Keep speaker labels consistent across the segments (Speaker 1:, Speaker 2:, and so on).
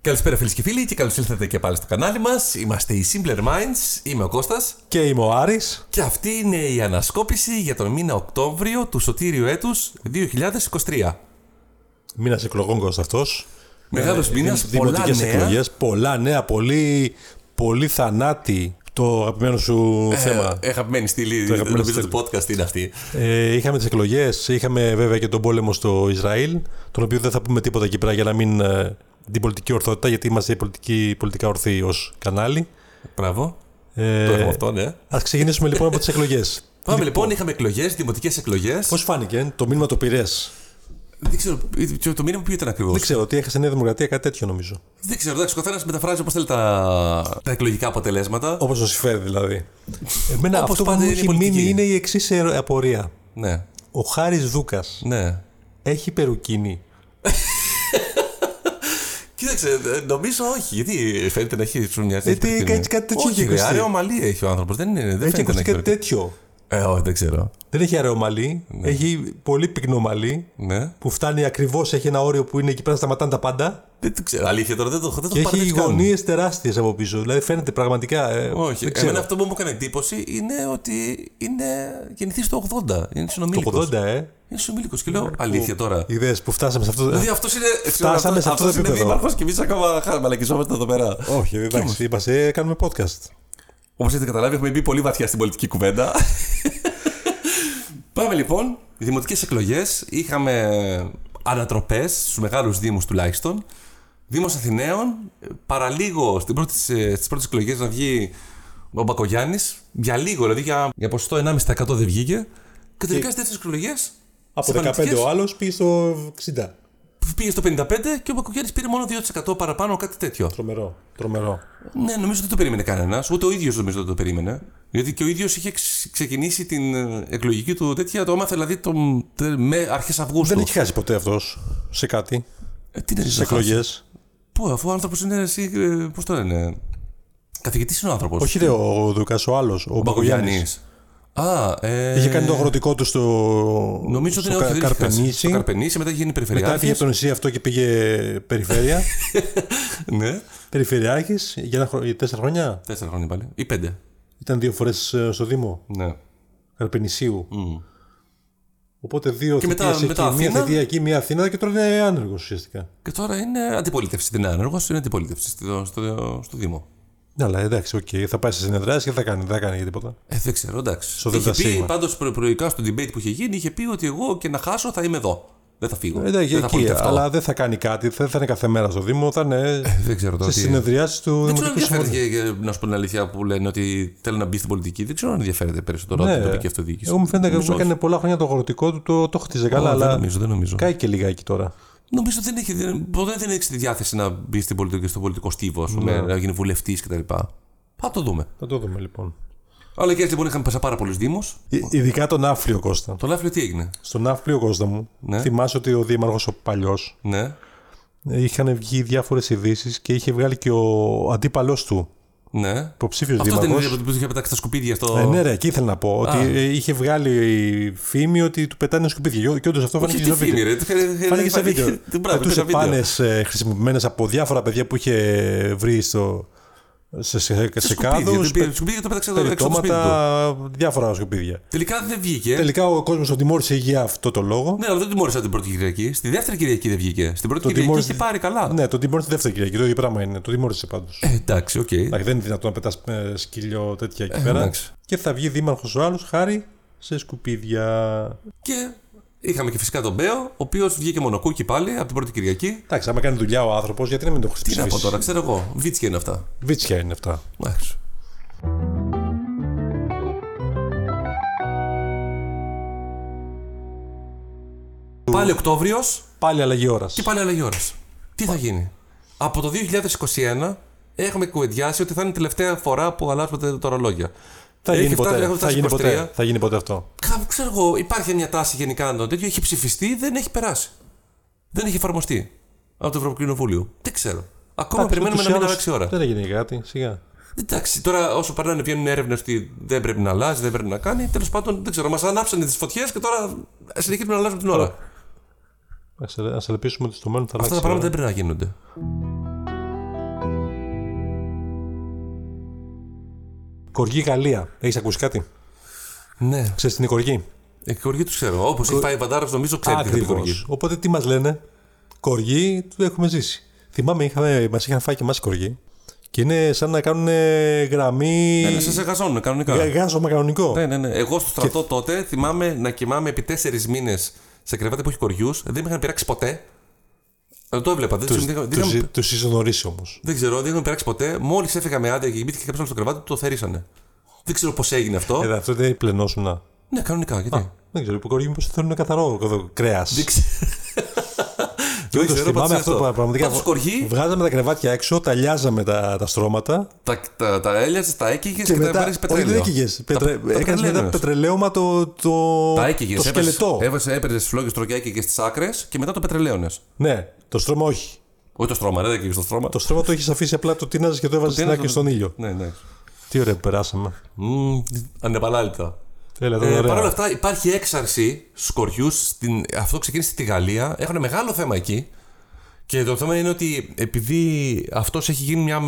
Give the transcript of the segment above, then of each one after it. Speaker 1: Καλησπέρα φίλες και φίλοι και καλώς ήλθατε και πάλι στο κανάλι μας. Είμαστε οι Simpler Minds, είμαι ο Κώστας
Speaker 2: Και είμαι ο Άρης.
Speaker 1: και αυτή είναι η ανασκόπηση για τον μήνα Οκτώβριο του σωτήριου έτους 2023.
Speaker 2: Μήνα εκλογών Κώστα αυτό. Ε,
Speaker 1: Μεγάλο μήνα, πολλά νέα.
Speaker 2: Πολλά νέα, πολύ, πολύ θανάτη το αγαπημένο σου θέμα.
Speaker 1: Ε, αγαπημένη στήλη,
Speaker 2: αγαπημένο
Speaker 1: νομίζω του
Speaker 2: στήλη.
Speaker 1: podcast είναι αυτή.
Speaker 2: Ε, είχαμε τις εκλογές, είχαμε βέβαια και τον πόλεμο στο Ισραήλ, τον οποίο δεν θα πούμε τίποτα εκεί πέρα για να μην ε, την πολιτική ορθότητα, γιατί είμαστε πολιτική, πολιτικά ορθοί ως κανάλι.
Speaker 1: Μπράβο.
Speaker 2: Ε,
Speaker 1: Το έχουμε αυτό, ναι.
Speaker 2: Ας ξεκινήσουμε λοιπόν από τις εκλογές.
Speaker 1: Πάμε λοιπόν, είχαμε εκλογές, δημοτικές εκλογές.
Speaker 2: Πώς φάνηκε το μήνυμα το πειρές.
Speaker 1: Δεν ξέρω, ε, το μήνυμα που ήταν ακριβώς.
Speaker 2: Δεν ξέρω, ότι έχασε Νέα Δημοκρατία κάτι τέτοιο νομίζω.
Speaker 1: Δεν ξέρω, εντάξει, ο καθένας μεταφράζει όπως θέλει τα, τα εκλογικά αποτελέσματα.
Speaker 2: Όπως τον συμφέρει δηλαδή. Εμένα
Speaker 1: Όπως
Speaker 2: αυτό που
Speaker 1: πάντα
Speaker 2: μου
Speaker 1: είναι η
Speaker 2: έχει
Speaker 1: πολιτική.
Speaker 2: μείνει είναι η εξής απορία.
Speaker 1: Ναι,
Speaker 2: Ο Χάρης Δούκας
Speaker 1: ναι.
Speaker 2: έχει περουκίνη.
Speaker 1: Κοίταξε, ε, νομίζω όχι. Γιατί φαίνεται να έχει σου μοιάζει.
Speaker 2: Ε, τι,
Speaker 1: την-
Speaker 2: κάτι- κάτι τέτοιο
Speaker 1: Όχι,
Speaker 2: έχει
Speaker 1: ρε,
Speaker 2: ακουστεί.
Speaker 1: Άρα ομαλή έχει ο άνθρωπος. Δεν, είναι, δεν
Speaker 2: Έχει
Speaker 1: φαίνεται να
Speaker 2: ακουστεί
Speaker 1: έχει.
Speaker 2: κάτι τέτοιο.
Speaker 1: Ε, όχι, δεν ξέρω.
Speaker 2: Δεν έχει αραιομαλή. Έχει πολύ πυκνό μαλλί.
Speaker 1: Ναι.
Speaker 2: Που φτάνει ακριβώς, έχει ένα όριο που είναι εκεί πέρα, σταματάνε τα πάντα.
Speaker 1: Δεν το ξέρω. Αλήθεια τώρα δεν το έχω. Δεν το
Speaker 2: Και
Speaker 1: έχω πάρει
Speaker 2: έχει
Speaker 1: να τις κάνω.
Speaker 2: γωνίες τεράστιες από πίσω. Δηλαδή φαίνεται πραγματικά. ε,
Speaker 1: Όχι.
Speaker 2: δεν ξέρω.
Speaker 1: Εμένα αυτό που μου έκανε εντύπωση είναι ότι είναι γεννηθεί στο 80. Είναι συνομιλικό.
Speaker 2: Το 80, ε.
Speaker 1: Είναι συνομιλικό. Και λέω αλήθεια τώρα.
Speaker 2: Ιδέες που φτάσαμε σε αυτό.
Speaker 1: Δηλαδή αυτός είναι.
Speaker 2: Φτάσαμε σε αυτός το
Speaker 1: αυτός είναι
Speaker 2: επίπεδο.
Speaker 1: δήμαρχος και εμείς ακόμα χα- μαλακιζόμαστε εδώ πέρα.
Speaker 2: Όχι, εντάξει, είμαστε, κάνουμε podcast.
Speaker 1: Όπως έχετε καταλάβει, έχουμε μπει πολύ βαθιά στην πολιτική κουβέντα. Πάμε λοιπόν. Οι δημοτικές εκλογές είχαμε ανατροπές στους μεγάλους Δήμους τουλάχιστον. Δήμος Αθηναίων, παραλίγο στις πρώτες εκλογές να βγει ο Μπακογιάννης. Για λίγο, δηλαδή για, για ποσοστό 1,5% δεν βγήκε. Και τελικά στις τέτοιες εκλογές.
Speaker 2: Από 15 ο άλλος πήγε στο 60.
Speaker 1: Πήγε στο 55 και ο Μπακογιάννης πήρε μόνο 2% παραπάνω, κάτι τέτοιο.
Speaker 2: Τρομερό. Τρομερό.
Speaker 1: Ναι, νομίζω δεν το περίμενε κανένας. Ούτε ο ίδιος νομίζω δεν το περίμενε. Γιατί και ο ίδιος είχε ξε- ξεκινήσει την ε, εκλογική του τέτοια. Το έμαθε δηλαδή το, τε- με αρχές Αυγούστου.
Speaker 2: Δεν έχει χάσει ποτέ αυτός σε κάτι.
Speaker 1: Ε, τι είναι
Speaker 2: Στι εκλογές.
Speaker 1: Πού, αφού ο άνθρωπος είναι εσύ. Πώς το λένε. Καθηγητής είναι ο άνθρωπος.
Speaker 2: Όχι, ρε, ο Δούκα, ο άλλος. Ο Μπακογιάννη.
Speaker 1: Α, ε,
Speaker 2: Είχε κάνει το αγροτικό του στο.
Speaker 1: Νομίζω ότι
Speaker 2: στο
Speaker 1: είναι
Speaker 2: Κα-
Speaker 1: όχι, δεν έχει χάσει.
Speaker 2: Καρπενήσι.
Speaker 1: Στο Καρπενήσι, μετά είχε γίνει
Speaker 2: Μετά έφυγε
Speaker 1: περιφερειάρχη.
Speaker 2: από το νησί αυτό και πήγε περιφέρεια.
Speaker 1: Ναι,
Speaker 2: Περιφερειάρχης για ένα χρο- για τέσσερα χρόνια.
Speaker 1: τέσσερα χρόνια πάλι. Ή πέντε.
Speaker 2: Ήταν δύο φορές στο Δήμο
Speaker 1: Ναι.
Speaker 2: Καρπενησίου. Οπότε δύο
Speaker 1: Και μετά-
Speaker 2: θητείες εκεί,
Speaker 1: μετά
Speaker 2: μία
Speaker 1: Αθήνα.
Speaker 2: θητεία εκεί, μία Αθήνα και τώρα είναι άνεργος ουσιαστικά.
Speaker 1: Και τώρα είναι αντιπολίτευση. Δεν είναι άνεργος, είναι αντιπολίτευση στο, στο, στο Δήμο.
Speaker 2: Ναι, αλλά εντάξει, οκ, θα πάει σε συνεδράσει και θα κάνει, δεν θα κάνει για τίποτα.
Speaker 1: Ε, δεν ξέρω, εντάξει.
Speaker 2: Στο
Speaker 1: είχε
Speaker 2: Δέλτα
Speaker 1: πει
Speaker 2: Σίγμα.
Speaker 1: πάντως προηγικά στο debate που είχε γίνει, είχε πει ότι εγώ και να χάσω θα είμαι εδώ. Δεν θα φύγω.
Speaker 2: Ε, Εντάξει,
Speaker 1: δεν θα
Speaker 2: εκεί,
Speaker 1: πολιτευτώ.
Speaker 2: αλλά δεν θα κάνει κάτι, δεν θα είναι κάθε μέρα στο Δήμο, θα είναι
Speaker 1: Ε, Δεν ξέρω τώρα.
Speaker 2: σε
Speaker 1: τι-
Speaker 2: συνεδριάσεις του
Speaker 1: Δεν ξέρω αν
Speaker 2: Δημοτικού Συμβουλίου.
Speaker 1: ενδιαφέρεται, για- για- να σου πω την αλήθεια, που λένε ότι θέλει να μπει στην πολιτική. Δεν ξέρω αν ενδιαφέρεται περισσότερο από την τοπική αυτοδιοίκηση.
Speaker 2: Ναι, ε, Εγώ μου φαίνεται
Speaker 1: Νομίζω
Speaker 2: ότι έκανε πολλά χρόνια το αγροτικό του, το, το χτίζε καλά,
Speaker 1: όχι. δεν
Speaker 2: αλλά
Speaker 1: νομίζω, δεν νομίζω.
Speaker 2: κάει και λιγάκι τώρα.
Speaker 1: Νομίζω δεν έχει, δεν, ποτέ δεν έχεις τη διάθεση να μπει στην πολιτική, στο πολιτικό στίβο, ας πούμε,
Speaker 2: Ναι.
Speaker 1: να γίνει βουλευτής κτλ. Θα το δούμε.
Speaker 2: Θα το δούμε λοιπόν.
Speaker 1: Αλλά και έτσι λοιπόν είχαμε πέσα πάρα πολλούς Δήμους.
Speaker 2: Ε, Ειδικά τον Άφλιο Κώστα.
Speaker 1: Το Λάφλιο τι έγινε.
Speaker 2: Στον Άφλιο Κώστα μου,
Speaker 1: Ναι.
Speaker 2: θυμάσαι ότι ο Δήμαρχος ο παλιός
Speaker 1: Ναι,
Speaker 2: είχαν βγει διάφορες ειδήσεις και είχε βγάλει και ο αντίπαλο του
Speaker 1: ναι.
Speaker 2: υποψήφιος
Speaker 1: Αυτός δεν
Speaker 2: δήμαρχο.
Speaker 1: είναι που του είχε πετάξει τα σκουπίδια στο.
Speaker 2: Ε, ναι, ρε, εκεί ήθελα να πω. Ότι ε, είχε βγάλει φήμη ότι του πετάνε σκουπίδια. Και όντως αυτό
Speaker 1: Όχι
Speaker 2: φάνηκε και
Speaker 1: τη
Speaker 2: στο βίντεο.
Speaker 1: φήμη, ρε.
Speaker 2: Φάνηκε σε βίντεο.
Speaker 1: Την
Speaker 2: Πετούσε πάνε χρησιμοποιημένες από διάφορα παιδιά που είχε βρει στο, σε, σε, σε κάδου.
Speaker 1: Σκουπίδια το πέταξε εδώ έξω από το σπίτι του.
Speaker 2: Περιτώματα, διάφορα σκουπίδια.
Speaker 1: Τελικά δεν βγήκε.
Speaker 2: Τελικά ο κόσμος τον τιμώρησε για αυτό το λόγο.
Speaker 1: Ναι, αλλά δεν τιμώρησα την πρώτη Κυριακή. Στη δεύτερη Κυριακή δεν βγήκε. Στην πρώτη Κυριακή
Speaker 2: τιμώρησε-
Speaker 1: είχε πάρει καλά.
Speaker 2: Ναι, τον τιμώρησε τη δεύτερη Κυριακή. Το ίδιο πράγμα είναι. Τον τιμώρησε πάντως.
Speaker 1: Ε, εντάξει, οκ.
Speaker 2: Εντάξει, δεν είναι δυνατόν να πετάς σκύλιο τέτοια εκεί πέρα.
Speaker 1: Ε, εντάξει.
Speaker 2: Και θα βγει δήμαρχος ο άλλος χάρη σε σκουπίδια.
Speaker 1: Και είχαμε και φυσικά τον Μπέο, ο οποίος βγήκε μονοκούκι πάλι από την πρώτη Κυριακή.
Speaker 2: Εντάξει, άμα κάνει δουλειά ο άνθρωπος, γιατί να μην το
Speaker 1: Τι να πω
Speaker 2: χρησιμοποιήσεις.
Speaker 1: τώρα, ξέρω εγώ. Βίτσια είναι αυτά.
Speaker 2: Βίτσια είναι αυτά.
Speaker 1: Εντάξει. Πάλι Οκτώβριος
Speaker 2: Πάλι αλλαγή ώρας.
Speaker 1: και πάλι αλλαγή ώρας. Τι θα γίνει. Από το 2021 έχουμε κουβεντιάσει ότι θα είναι η τελευταία φορά που αλλάζουμε τα ορολόγια.
Speaker 2: Θα γίνει,
Speaker 1: Έχει φτάσει-
Speaker 2: ποτέ,
Speaker 1: έχουμε
Speaker 2: θα,
Speaker 1: φτάσει
Speaker 2: γίνει
Speaker 1: 23.
Speaker 2: ποτέ, θα γίνει ποτέ αυτό.
Speaker 1: Κα- ξέρω εγώ, υπάρχει μια τάση γενικά να το τέτοιο. Έχει ψηφιστεί, δεν έχει περάσει. Δεν έχει εφαρμοστεί από το Ευρωκοινοβούλιο. Δεν ξέρω. Ακόμα περιμένουμε
Speaker 2: Ούτως
Speaker 1: να μην
Speaker 2: ή άλλως
Speaker 1: αλλάξει η ώρα.
Speaker 2: Δεν έγινε κάτι, σιγά.
Speaker 1: Εντάξει, τώρα όσο περνάνε βγαίνουν έρευνες ότι δεν πρέπει να αλλάζει, δεν πρέπει να κάνει. Τέλος πάντων, δεν ξέρω, μας ανάψανε τις φωτιές και τώρα συνεχίζουμε να αλλάζουμε την ώρα.
Speaker 2: Ας ελπίσουμε ότι στο μέλλον θα
Speaker 1: Αυτά
Speaker 2: αλλάξει.
Speaker 1: τα
Speaker 2: η ώρα.
Speaker 1: πράγματα δεν πρέπει να γίνονται.
Speaker 2: Κοργή Γαλλία. Έχεις ακούσει κάτι.
Speaker 1: Ναι.
Speaker 2: Ξέρεις την κοργή.
Speaker 1: Ε, κοργή τους ξέρω. Όπως έχει πάει η Βαντάρας, νομίζω ξέρει τι είναι
Speaker 2: Ακριβώς.
Speaker 1: κοργή.
Speaker 2: Οπότε τι μας λένε. Κοργή, του έχουμε ζήσει. Θυμάμαι, είχαμε, μας είχαν φάει και εμάς κοργή. Και είναι σαν να κάνουν γραμμή.
Speaker 1: Ναι, σα εγαζώνουν κανονικά.
Speaker 2: γα- γάζωμα κανονικό.
Speaker 1: Ε, Ναι, ναι, ναι. Εγώ στο στρατό τότε θυμάμαι να κοιμάμαι επί τέσσερις μήνες σε κρεβάτι που έχει κοριούς. Δεν με είχαν πειράξει ποτέ. Δεν το έβλεπα. Δεν, δεν, δεν, είχαν-
Speaker 2: Του ισονορίσει όμως.
Speaker 1: δεν ξέρω, δεν είχαν πειράξει ποτέ. Μόλις έφυγα με άδεια και κοιμήθηκε κάποιο στο κρεβάτι, το θερήσανε. Δεν ξέρω πώς έγινε αυτό.
Speaker 2: Ε, αυτό δεν πλενόσουνα.
Speaker 1: Ναι, κανονικά. Γιατί.
Speaker 2: Δεν ξέρω, οι κοργοί μου θέλουν καθαρό κρέας.
Speaker 1: Δεν ξέρω,
Speaker 2: θυμάμαι
Speaker 1: πάντως
Speaker 2: αυτό που πραγματικά.
Speaker 1: Πάντως κοργή,
Speaker 2: Βγάζαμε τα κρεβάτια έξω, ταλιάζαμε τα, τα στρώματα
Speaker 1: τα, τα, τα έλιαζες, τα έκυγε και,
Speaker 2: και
Speaker 1: τα
Speaker 2: μετά.
Speaker 1: έβαλες
Speaker 2: Όχι,
Speaker 1: πετρέλαιο.
Speaker 2: δεν έκυγε. Έκανε μετά
Speaker 1: πετρελαίωνα.
Speaker 2: πετρελαίωμα το, το,
Speaker 1: Τα Ε-
Speaker 2: το
Speaker 1: έκυγε.
Speaker 2: σκελετό.
Speaker 1: Έπαιρνε τις φλόγες τροκιάκι και στι άκρες και μετά το πετρελαίωνες.
Speaker 2: Ναι, το στρώμα όχι.
Speaker 1: Όχι το στρώμα, ρε, δεν έκυγε το στρώμα.
Speaker 2: Το στρώμα το έχεις αφήσει απλά το τίναζες και το έβαζες στην
Speaker 1: τίναζε
Speaker 2: άκρη
Speaker 1: το-
Speaker 2: στον ήλιο.
Speaker 1: Ναι, ναι.
Speaker 2: Τι ωραία που περάσαμε.
Speaker 1: Μμμ, Ανεπανάληπτα.
Speaker 2: Έλα, ήταν
Speaker 1: Ε,
Speaker 2: ωραία.
Speaker 1: Παρ' όλα αυτά υπάρχει έξαρση σκοριούς. Στην... Αυτό ξεκίνησε στη Γαλλία. Έχουν μεγάλο θέμα εκεί. Και το θέμα είναι ότι επειδή αυτός έχει γίνει μια,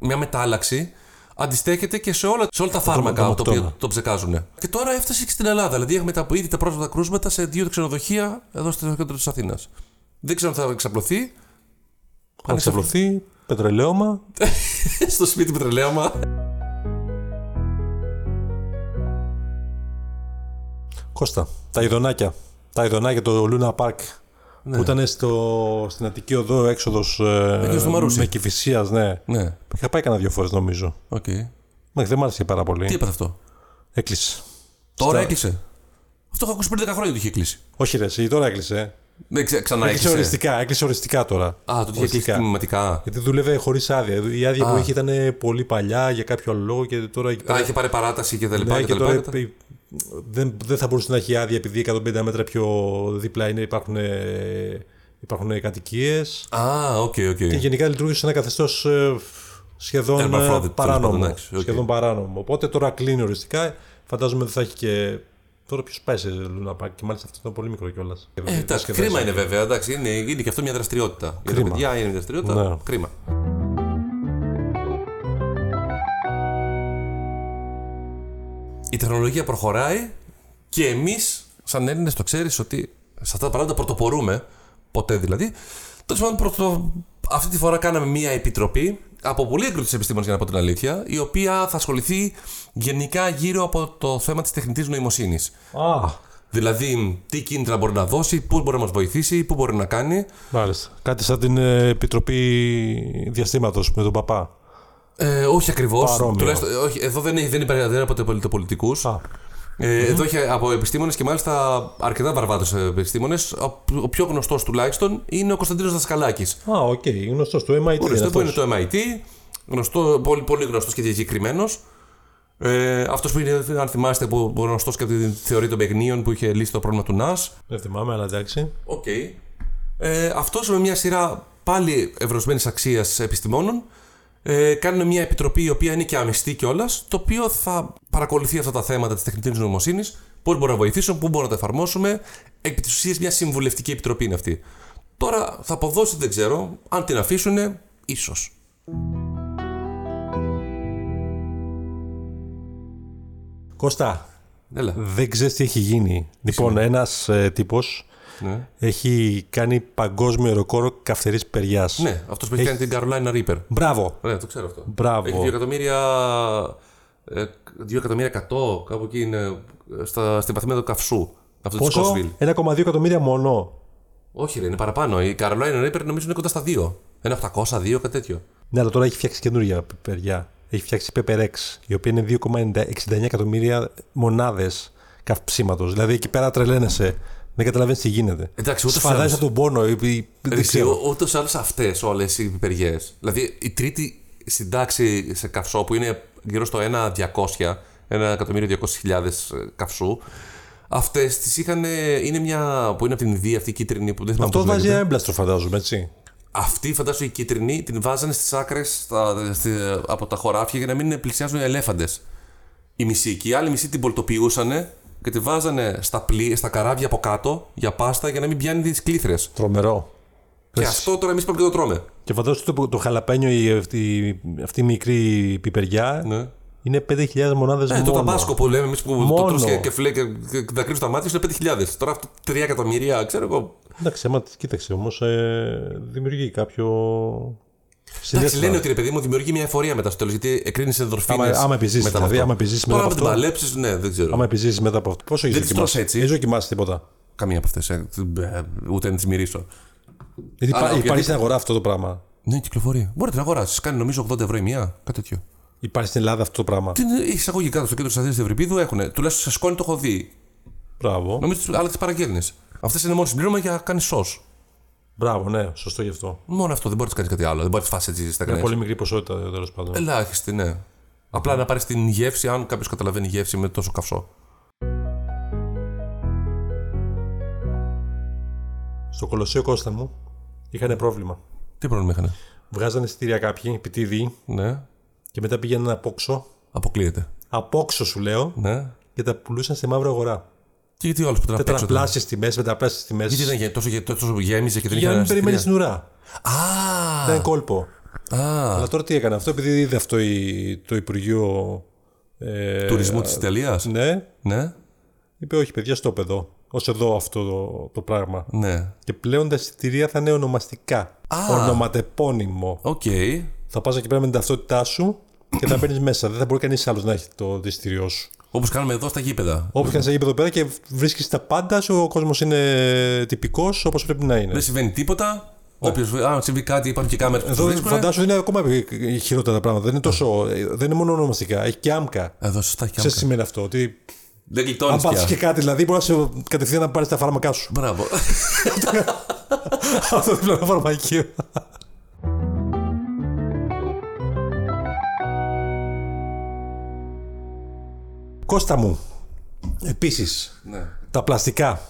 Speaker 1: μια μετάλλαξη, αντιστέκεται και σε όλα, σε όλα τα φάρμακα τα
Speaker 2: τροματοκτώνα.
Speaker 1: οποία το ψεκάζουν. Και τώρα έφτασε και στην Ελλάδα. Δηλαδή έχουμε τα, ήδη τα πρόσφατα κρούσματα σε δύο ξενοδοχεία εδώ στο κέντρο της Αθήνας. Δεν ξέρω αν θα εξαπλωθεί.
Speaker 2: Αν εξαπλωθεί, πετρελαίωμα.
Speaker 1: στο σπίτι πετρελαίωμα.
Speaker 2: Κώστα, τα ειδονάκια. Τα ειδονάκια, το Luna Park.
Speaker 1: Ναι.
Speaker 2: Που ήταν στο, στην Αττική Οδό, έξοδος.
Speaker 1: Εκεί στο Μαρούσι.
Speaker 2: με κυφυσία, ναι.
Speaker 1: ναι,
Speaker 2: Είχα πάει κανένα δύο φορές νομίζω.
Speaker 1: οκ.
Speaker 2: Ναι, δεν μ' άρεσε πάρα πολύ.
Speaker 1: Τι έπαθε αυτό.
Speaker 2: Έκλεισε.
Speaker 1: Τώρα έκλεισε. Αυτό είχα ακούσει πριν 10 χρόνια ότι είχε κλείσει.
Speaker 2: Όχι, ρε, εσύ τώρα έκλεισε.
Speaker 1: Δεν ξε, ξανά
Speaker 2: Έκλεισε
Speaker 1: έκλεισε.
Speaker 2: οριστικά, έκλεισε οριστικά τώρα.
Speaker 1: Α, το είχε κλείσει
Speaker 2: Οριστικά.
Speaker 1: τμηματικά.
Speaker 2: Γιατί δούλευε χωρίς άδεια. Η άδεια που είχε ήταν πολύ παλιά για κάποιο άλλο λόγο και τώρα.
Speaker 1: Α, είχε πάρει παράταση και τα λοιπά.
Speaker 2: Ε, Ναι,
Speaker 1: και
Speaker 2: και
Speaker 1: τα λοιπά, και
Speaker 2: τώρα
Speaker 1: τα-
Speaker 2: ε, δεν, δεν θα μπορούσε να έχει άδεια επειδή 150 μέτρα πιο δίπλα είναι, υπάρχουν, ε, υπάρχουν κατοικίες.
Speaker 1: Α, οκ, οκ.
Speaker 2: Και γενικά λειτουργήσε σε ένα καθεστώς σχεδόν
Speaker 1: Hermaphroditic,
Speaker 2: ε,
Speaker 1: τέλος πάντων,
Speaker 2: παράνομο.
Speaker 1: εντάξει, οκ.
Speaker 2: Σχεδόν παράνομο. Οπότε τώρα κλείνει οριστικά. Φαντάζομαι δεν θα έχει και. Τώρα ποιος πάει σε Λούνα Πάρκ και μάλιστα αυτό ήταν πολύ μικρό κιόλας.
Speaker 1: Ε, τα- κρίμα είναι βέβαια, εντάξει, είναι, είναι και αυτό μια δραστηριότητα. Για τα
Speaker 2: Κρίμα.
Speaker 1: παιδιά είναι μια δραστηριότητα.
Speaker 2: Ναι.
Speaker 1: Κρίμα. Η τεχνολογία προχωράει και εμείς, σαν Έλληνες, το ξέρεις ότι σε αυτά τα πράγματα πρωτοπορούμε. Ποτέ δηλαδή. Τέλος πάντων, πρωτο... αυτή τη φορά κάναμε μια επιτροπή από πολύ έγκριτους επιστήμονες, για να πω την αλήθεια, η οποία θα ασχοληθεί γενικά γύρω από το θέμα της τεχνητής νοημοσύνης.
Speaker 2: Α,
Speaker 1: Δηλαδή, τι κίνητρα μπορεί να δώσει, πού μπορεί να μας βοηθήσει, πού μπορεί να κάνει.
Speaker 2: μάλιστα. Κάτι σαν την ε, Επιτροπή Διαστήματος με τον παπά.
Speaker 1: Ε, όχι ακριβώς.
Speaker 2: Παρόμοιο.
Speaker 1: όχι, εδώ δεν, έχει- δεν υπάρχει δεν είναι από πολιτοπολιτικού.
Speaker 2: Α,
Speaker 1: Ε, Εδώ είχε από επιστήμονες και μάλιστα αρκετά βαρβάτους επιστήμονες. Ο, ο πιο γνωστός τουλάχιστον είναι ο Κωνσταντίνος Δασκαλάκης.
Speaker 2: α, οκ, γνωστός του MIT. είναι
Speaker 1: Γνωστό που
Speaker 2: αυτός.
Speaker 1: είναι το MIT. Γνωστό, πολύ, πολύ γνωστός και διακεκριμένος. Ε, Αυτός που είναι, αν θυμάστε, που γνωστός και από τη θεωρία των παιγνίων που είχε λύσει το πρόβλημα του ΝΑΣ.
Speaker 2: Δεν θυμάμαι, αλλά εντάξει.
Speaker 1: Οκ. Ε, αυτός με μια σειρά πάλι ευρωσμένης αξίας επιστημόνων ε, κάνουν μια επιτροπή η οποία είναι και αμυστή κιόλας, το οποίο θα παρακολουθεί αυτά τα θέματα της τεχνητής νοημοσύνης, πώς μπορούν να βοηθήσουν, πού μπορούν να τα εφαρμόσουμε. Επί της ουσίας μια συμβουλευτική επιτροπή είναι αυτή. Τώρα θα αποδώσει, δεν ξέρω, αν την αφήσουν, ίσως.
Speaker 2: Κώστα,
Speaker 1: Έλα.
Speaker 2: δεν ξέρεις τι έχει γίνει. Λοιπόν, ένας ε, τύπος
Speaker 1: Ναι,
Speaker 2: έχει κάνει παγκόσμιο ρεκόρ καυτερής περιά.
Speaker 1: ναι αυτός που έχει κάνει την Carolina Reaper.
Speaker 2: Μπράβο.
Speaker 1: Ναι, το ξέρω αυτό.
Speaker 2: Μπράβο.
Speaker 1: Έχει 2 εκατομμύρια. 2 εκατομμύρια 100, κάπου εκεί είναι. ε, Στα, στην παθήμα του καυσού. Αυτό της
Speaker 2: Πόσο?
Speaker 1: Κόσβιλ.
Speaker 2: 1,2 εκατομμύρια μόνο.
Speaker 1: Όχι, ρε, είναι παραπάνω. Η Καρολάιν Ρίπερ νομίζω είναι κοντά στα 2. Ένα 800, 2, κάτι τέτοιο.
Speaker 2: Ναι, αλλά τώρα έχει φτιάξει καινούργια περιά. Έχει φτιάξει PPRX, η οποία είναι 2,69 εκατομμύρια μονάδες καυσίματος. Δηλαδή εκεί πέρα τρελαίνεσαι. Δεν καταλαβαίνεις τι γίνεται.
Speaker 1: Εντάξει, ούτως ή
Speaker 2: Σφαδάζει
Speaker 1: άλλως.
Speaker 2: από τον πόνο. ε, ε, Δεν ξέρω.
Speaker 1: Ούτω Δηλαδή, ή άλλως αυτές όλες οι πιπεριέ. Δηλαδή η τρίτη συντάξη σε καυσό που είναι γύρω στο 1.200, 1.200.000 ε, καυσού. Αυτές τις είχαν. ε, Είναι μια. που είναι από την Ινδία αυτή η κίτρινη που δεν θυμάμαι
Speaker 2: Αυτό
Speaker 1: πώς
Speaker 2: βάζει
Speaker 1: λέγεται.
Speaker 2: ένα έμπλαστρο, φαντάζομαι, έτσι.
Speaker 1: Αυτή, φαντάσου, η κίτρινη την βάζανε στις άκρες από τα χωράφια για να μην πλησιάζουν οι ελέφαντες. Η μισή και οι άλλοι μισή την πολτοποιούσαν και τη βάζανε στα, πλοία, στα καράβια από κάτω για πάστα για να μην πιάνει τις κλήθρες.
Speaker 2: Τρομερό.
Speaker 1: Και αυτό τώρα εμείς πρέπει και το τρώμε.
Speaker 2: Και φαντάζομαι το, το χαλαπένιο, η, αυτή, αυτή η μικρή πιπεριά,
Speaker 1: Ναι.
Speaker 2: είναι 5.000 μονάδε
Speaker 1: Ναι,
Speaker 2: μόνο.
Speaker 1: το ταμπάσκο που λέμε εμείς που το
Speaker 2: Μόνο.
Speaker 1: τρως και, και, φλέ, και, και, και δακρύζουν τα μάτια σου είναι 5.000. Τώρα αυτό 3 εκατομμύρια, ξέρω εγώ.
Speaker 2: Εντάξει, άμα τις κοίταξε όμως, ε, δημιουργεί κάποιο.
Speaker 1: Εντάξει,
Speaker 2: συνέστημα.
Speaker 1: λένε ότι ρε παιδί μου δημιουργεί μια εφορία μετά στο τέλος γιατί εκρίνεις ενδορφίνε.
Speaker 2: Άμα- άμα επιζήσεις, δηλαδή, άμα επιζήσεις μετά
Speaker 1: Τώρα
Speaker 2: από
Speaker 1: με την
Speaker 2: αυτό.
Speaker 1: παλέψεις, ναι, δεν ξέρω.
Speaker 2: Άμα επιζήσεις μετά από αυτό. Πόσο έχει
Speaker 1: Δεν τις τρως
Speaker 2: δοκιμάσει.
Speaker 1: έτσι.
Speaker 2: Έχεις δοκιμάσει τίποτα.
Speaker 1: Καμία από αυτές. Ούτε να τις μυρίσω.
Speaker 2: Γιατί
Speaker 1: Αλλά
Speaker 2: υπά-
Speaker 1: οποιαδήποτε.
Speaker 2: υπάρχει στην αγορά αυτό το πράγμα.
Speaker 1: Ναι, κυκλοφορεί. Μπορείτε να αγοράσεις. Κάνει νομίζω 80 ευρώ η μία, κάτι τέτοιο.
Speaker 2: Υπάρχει στην Ελλάδα αυτό το πράγμα.
Speaker 1: Τι είναι, εισαγωγικά στο κέντρο τη Αθήνα Ευρυπίδου έχουν. Τουλάχιστον σε σκόνη το έχω δει.
Speaker 2: Μπράβο.
Speaker 1: Νομίζω ότι άλλα τις παραγγέλνεις. Αυτές είναι μόνο συμπλήρωμα για να κάνεις σο.
Speaker 2: Μπράβο, ναι, σωστό γι' αυτό.
Speaker 1: Μόνο αυτό, δεν μπορεί να κάνεις κάτι άλλο. Δεν μπορεί να φάσει έτσι στα
Speaker 2: Είναι
Speaker 1: κανένα.
Speaker 2: πολύ μικρή ποσότητα τέλος πάντων.
Speaker 1: Ελάχιστη, ναι. Απλά να πάρεις την γεύση, αν κάποιος καταλαβαίνει γεύση με τόσο καυσό.
Speaker 2: Στο κολοσσίο Κώστα μου είχαν πρόβλημα.
Speaker 1: Τι πρόβλημα είχαν.
Speaker 2: Βγάζανε εισιτήρια κάποιοι, επιτίδιοι,
Speaker 1: Ναι.
Speaker 2: και μετά πήγαιναν απόξω.
Speaker 1: Αποκλείεται.
Speaker 2: Απόξω σου λέω
Speaker 1: Ναι.
Speaker 2: και τα πουλούσαν σε μαύρη αγορά.
Speaker 1: Και γιατί όλο που ήταν απ' έξω ήταν.
Speaker 2: Τετραπλάσιε τιμέ, μεταπλάσιε τιμές.
Speaker 1: Γιατί ήταν γε- τόσο, γε- τόσο γέμιζε και δεν
Speaker 2: Για
Speaker 1: είχε
Speaker 2: να μην
Speaker 1: εισιτήρια.
Speaker 2: περιμένει την ουρά.
Speaker 1: Α! Ε,
Speaker 2: Ήταν κόλπο.
Speaker 1: Α!
Speaker 2: Αλλά τώρα τι έκανε αυτό, επειδή είδε αυτό η- το Υπουργείο. Ε,
Speaker 1: Τουρισμού της Ιταλίας.
Speaker 2: Ναι,
Speaker 1: Ναι.
Speaker 2: είπε όχι, παιδιά, στο παιδό. Ως εδώ αυτό το, το πράγμα.
Speaker 1: Ναι.
Speaker 2: Και πλέον τα εισιτηρία θα είναι ονομαστικά.
Speaker 1: Α.
Speaker 2: Ονοματεπώνυμο.
Speaker 1: Οκ.
Speaker 2: Θα πας εκεί πέρα με την ταυτότητά σου και θα μπαίνει μέσα. Δεν θα μπορεί κανείς άλλος να έχει το εισιτήριό σου.
Speaker 1: Όπως κάνουμε εδώ στα γήπεδα.
Speaker 2: Όποιο και να σε γήπεδο πέρα και βρίσκεις τα πάντα σου, ο κόσμος είναι τυπικός όπως πρέπει να είναι.
Speaker 1: Δεν συμβαίνει τίποτα. Όποιος, αν συμβεί κάτι, υπάρχουν και κάμερες που το
Speaker 2: Εδώ
Speaker 1: βρίσκουνε.
Speaker 2: φαντάζομαι είναι ακόμα χειρότερα τα πράγματα. Δεν είναι, τόσο, δεν είναι μόνο ονομαστικά, έχει και άμκα.
Speaker 1: Εδώ σωστά έχει κάμερα.
Speaker 2: Ξέρεις τι σημαίνει αυτό, ότι
Speaker 1: Δεν
Speaker 2: αν
Speaker 1: γλιτώνει
Speaker 2: πάθεις
Speaker 1: πια.
Speaker 2: και κάτι, δηλαδή μπορείς να σε κατευθείαν να πάρεις τα φάρμακά σου.
Speaker 1: Μπράβο.
Speaker 2: αυτό δίπλα ένα φαρμακείο. Κώστα μου, επίσης,
Speaker 1: ναι.
Speaker 2: τα πλαστικά.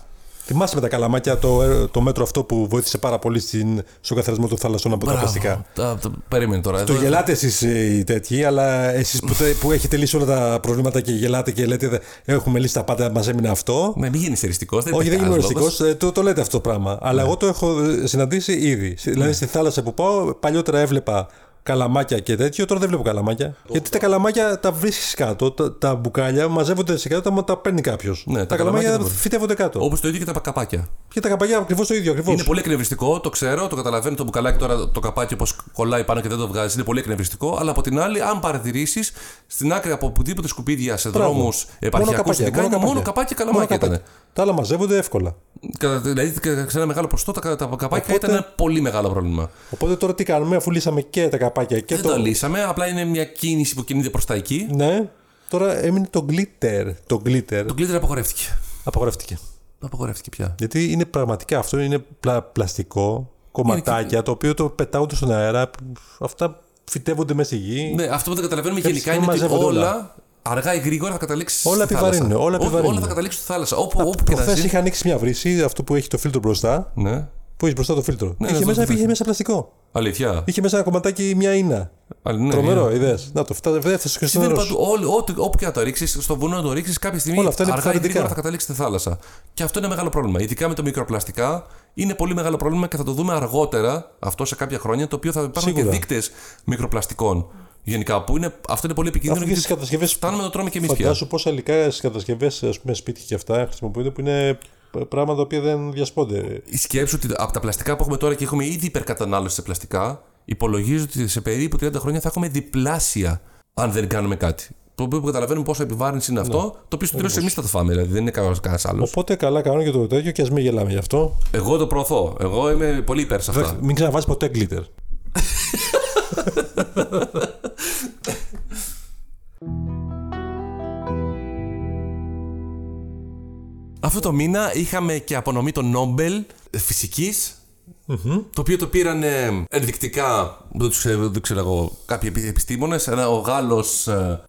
Speaker 2: Θυμάσαι με τα καλαμάκια το, το μέτρο αυτό που βοήθησε πάρα πολύ στην, στον καθαρισμό των θαλασσών από τα πλαστικά.
Speaker 1: Μπράβο. Τα, τα, περίμενε τώρα.
Speaker 2: Το
Speaker 1: Εδώ-
Speaker 2: γελάτε εσείς οι τέτοιοι, αλλά εσείς που, τε- που έχετε λύσει όλα τα προβλήματα και γελάτε και λέτε «Δε- Έχουμε λύσει τα πάντα, μας έμεινε αυτό.
Speaker 1: Ναι, μην γίνεις εριστικός.
Speaker 2: Όχι, δεν είμαι οριστικό, το, το λέτε αυτό το πράγμα.
Speaker 1: Ναι.
Speaker 2: Αλλά εγώ το έχω ε, συναντήσει ήδη. Σ- Δηλαδή στη θάλασσα που πάω, παλιότερα έβλεπα καλαμάκια και τέτοιο, τώρα δεν βλέπω καλαμάκια. Γιατί τα καλαμάκια τα βρίσκεις κάτω, τα, τα μπουκάλια μαζεύονται σε κάτω, τα, τα παίρνει κάποιος.
Speaker 1: Ναι, τα καλαμάκια
Speaker 2: τα, καλαμάκια
Speaker 1: δεν μπορούν.
Speaker 2: φυτεύονται κάτω.
Speaker 1: Όπως το ίδιο και τα καπάκια.
Speaker 2: Και τα καπαγιά ακριβώς το ίδιο. Ακριβώς.
Speaker 1: Είναι πολύ εκνευριστικό, το ξέρω, το καταλαβαίνω το μπουκαλάκι τώρα, το καπάκι όπως κολλάει πάνω και δεν το βγάζεις, είναι πολύ εκνευριστικό. Αλλά από την άλλη, αν παρατηρήσεις, στην άκρη από οπουδήποτε σκουπίδια σε
Speaker 2: Μπράβο.
Speaker 1: δρόμους επαρχιακού δικά ήταν μόνο καπάκι και καλαμάκια
Speaker 2: Μόνο
Speaker 1: ήταν.
Speaker 2: καπάκια. Τα άλλα μαζεύονται εύκολα.
Speaker 1: Κατά- Δηλαδή, κα- σε ένα μεγάλο ποσοστό, τα, τα καπάκια
Speaker 2: Οπότε-
Speaker 1: ήταν ένα πολύ μεγάλο πρόβλημα.
Speaker 2: Οπότε τώρα τι κάνουμε, αφού λύσαμε και τα καπάκια και
Speaker 1: Δεν το λύσαμε, απλά είναι μια κίνηση που κινείται προς τα εκεί.
Speaker 2: Ναι. Τώρα έμεινε το glitter. Το glitter
Speaker 1: Το γκλίτερ απαγορεύτηκε.
Speaker 2: απαγορεύτηκε.
Speaker 1: Απαγορεύτηκε πια.
Speaker 2: Γιατί είναι πραγματικά αυτό, είναι πλα- πλαστικό, κομματάκια, το οποίο το πετάονται στον αέρα. Αυτά φυτεύονται μέσα στη γη.
Speaker 1: Ναι, αυτό που δεν καταλαβαίνουμε
Speaker 2: Κάποια
Speaker 1: γενικά
Speaker 2: στιγμή
Speaker 1: είναι ότι όλα,
Speaker 2: μαζεύονται
Speaker 1: αργά ή γρήγορα θα καταλήξεις
Speaker 2: Όλα
Speaker 1: στη θάλασσα.
Speaker 2: επιβαρύνουν, όλα
Speaker 1: Ό-
Speaker 2: επιβαρύνουν.
Speaker 1: Όλα θα καταλήξουν στη θάλασσα. Όπου, όπου και να
Speaker 2: Προχθές
Speaker 1: ζεις.
Speaker 2: είχα ανοίξει μια βρύση, αυτό που έχει το φίλτρο μπροστά.
Speaker 1: Ναι.
Speaker 2: Που έχεις μπροστά το φίλτρο.
Speaker 1: ναι,
Speaker 2: είχε,
Speaker 1: αυτό
Speaker 2: μέσα,
Speaker 1: το
Speaker 2: είχε μέσα πλαστικό.
Speaker 1: Αλήθεια.
Speaker 2: Είχε μέσα ένα κομματάκι μια ίνα.
Speaker 1: Α, ναι, είναι.
Speaker 2: Τρομερό, είδες. Να το φτα- έφτασε και στο
Speaker 1: Συμβαίνει
Speaker 2: νερό. σου.
Speaker 1: παντού. Όλοι- ό,τι- όπου και να το ρίξεις, στο βουνό να το ρίξεις, κάποια στιγμή
Speaker 2: Όλα αυτά είναι
Speaker 1: αργά ή γρήγορα
Speaker 2: επιβαρυντικά.
Speaker 1: θα καταλήξεις στη θάλασσα. Και αυτό είναι μεγάλο πρόβλημα. Ειδικά με το μικροπλαστικά είναι πολύ μεγάλο πρόβλημα και θα το δούμε αργότερα αυτό σε κάποια χρόνια. Το οποίο θα υπάρχουν
Speaker 2: Σίγουρα.
Speaker 1: και δείκτες μικροπλαστικών γενικά. Που είναι, αυτό είναι πολύ επικίνδυνο
Speaker 2: Αυτό και
Speaker 1: γιατί
Speaker 2: στι κατασκευές.
Speaker 1: φτάνουμε να το τρώμε και εμείς πια.
Speaker 2: Φαντάσου πόσα υλικά στις κατασκευές, ας πούμε, σπίτια και αυτά χρησιμοποιούνται που είναι π- πράγματα τα οποία δεν διασπώνται.
Speaker 1: Η σκέψη ότι από τα πλαστικά που έχουμε τώρα και έχουμε ήδη υπερκατανάλωση σε πλαστικά, υπολογίζω ότι σε περίπου 30 χρόνια θα έχουμε διπλάσια αν δεν κάνουμε κάτι. Το οποίο καταλαβαίνουμε πόσο επιβάρυνση είναι αυτό, το οποίο στο τέλος εμείς θα το φάμε, δηλαδή δεν είναι κανένας άλλος.
Speaker 2: Οπότε καλά κάνω και το τέτοιο και ας μην γελάμε γι' αυτό. Ναι.
Speaker 1: Εγώ το προωθώ. Εγώ είμαι πολύ υπέρ σε αυτά.
Speaker 2: Μην ξαναβάζεις ποτέ glitter.
Speaker 1: Αυτό το μήνα είχαμε και απονομή των Νόμπελ φυσικη Το οποίο το πήραν ε, ενδεικτικά, δεν, τους, ξέρω- δεν ξέρω εγώ, κάποιοι επιστήμονε. Ο Γάλλος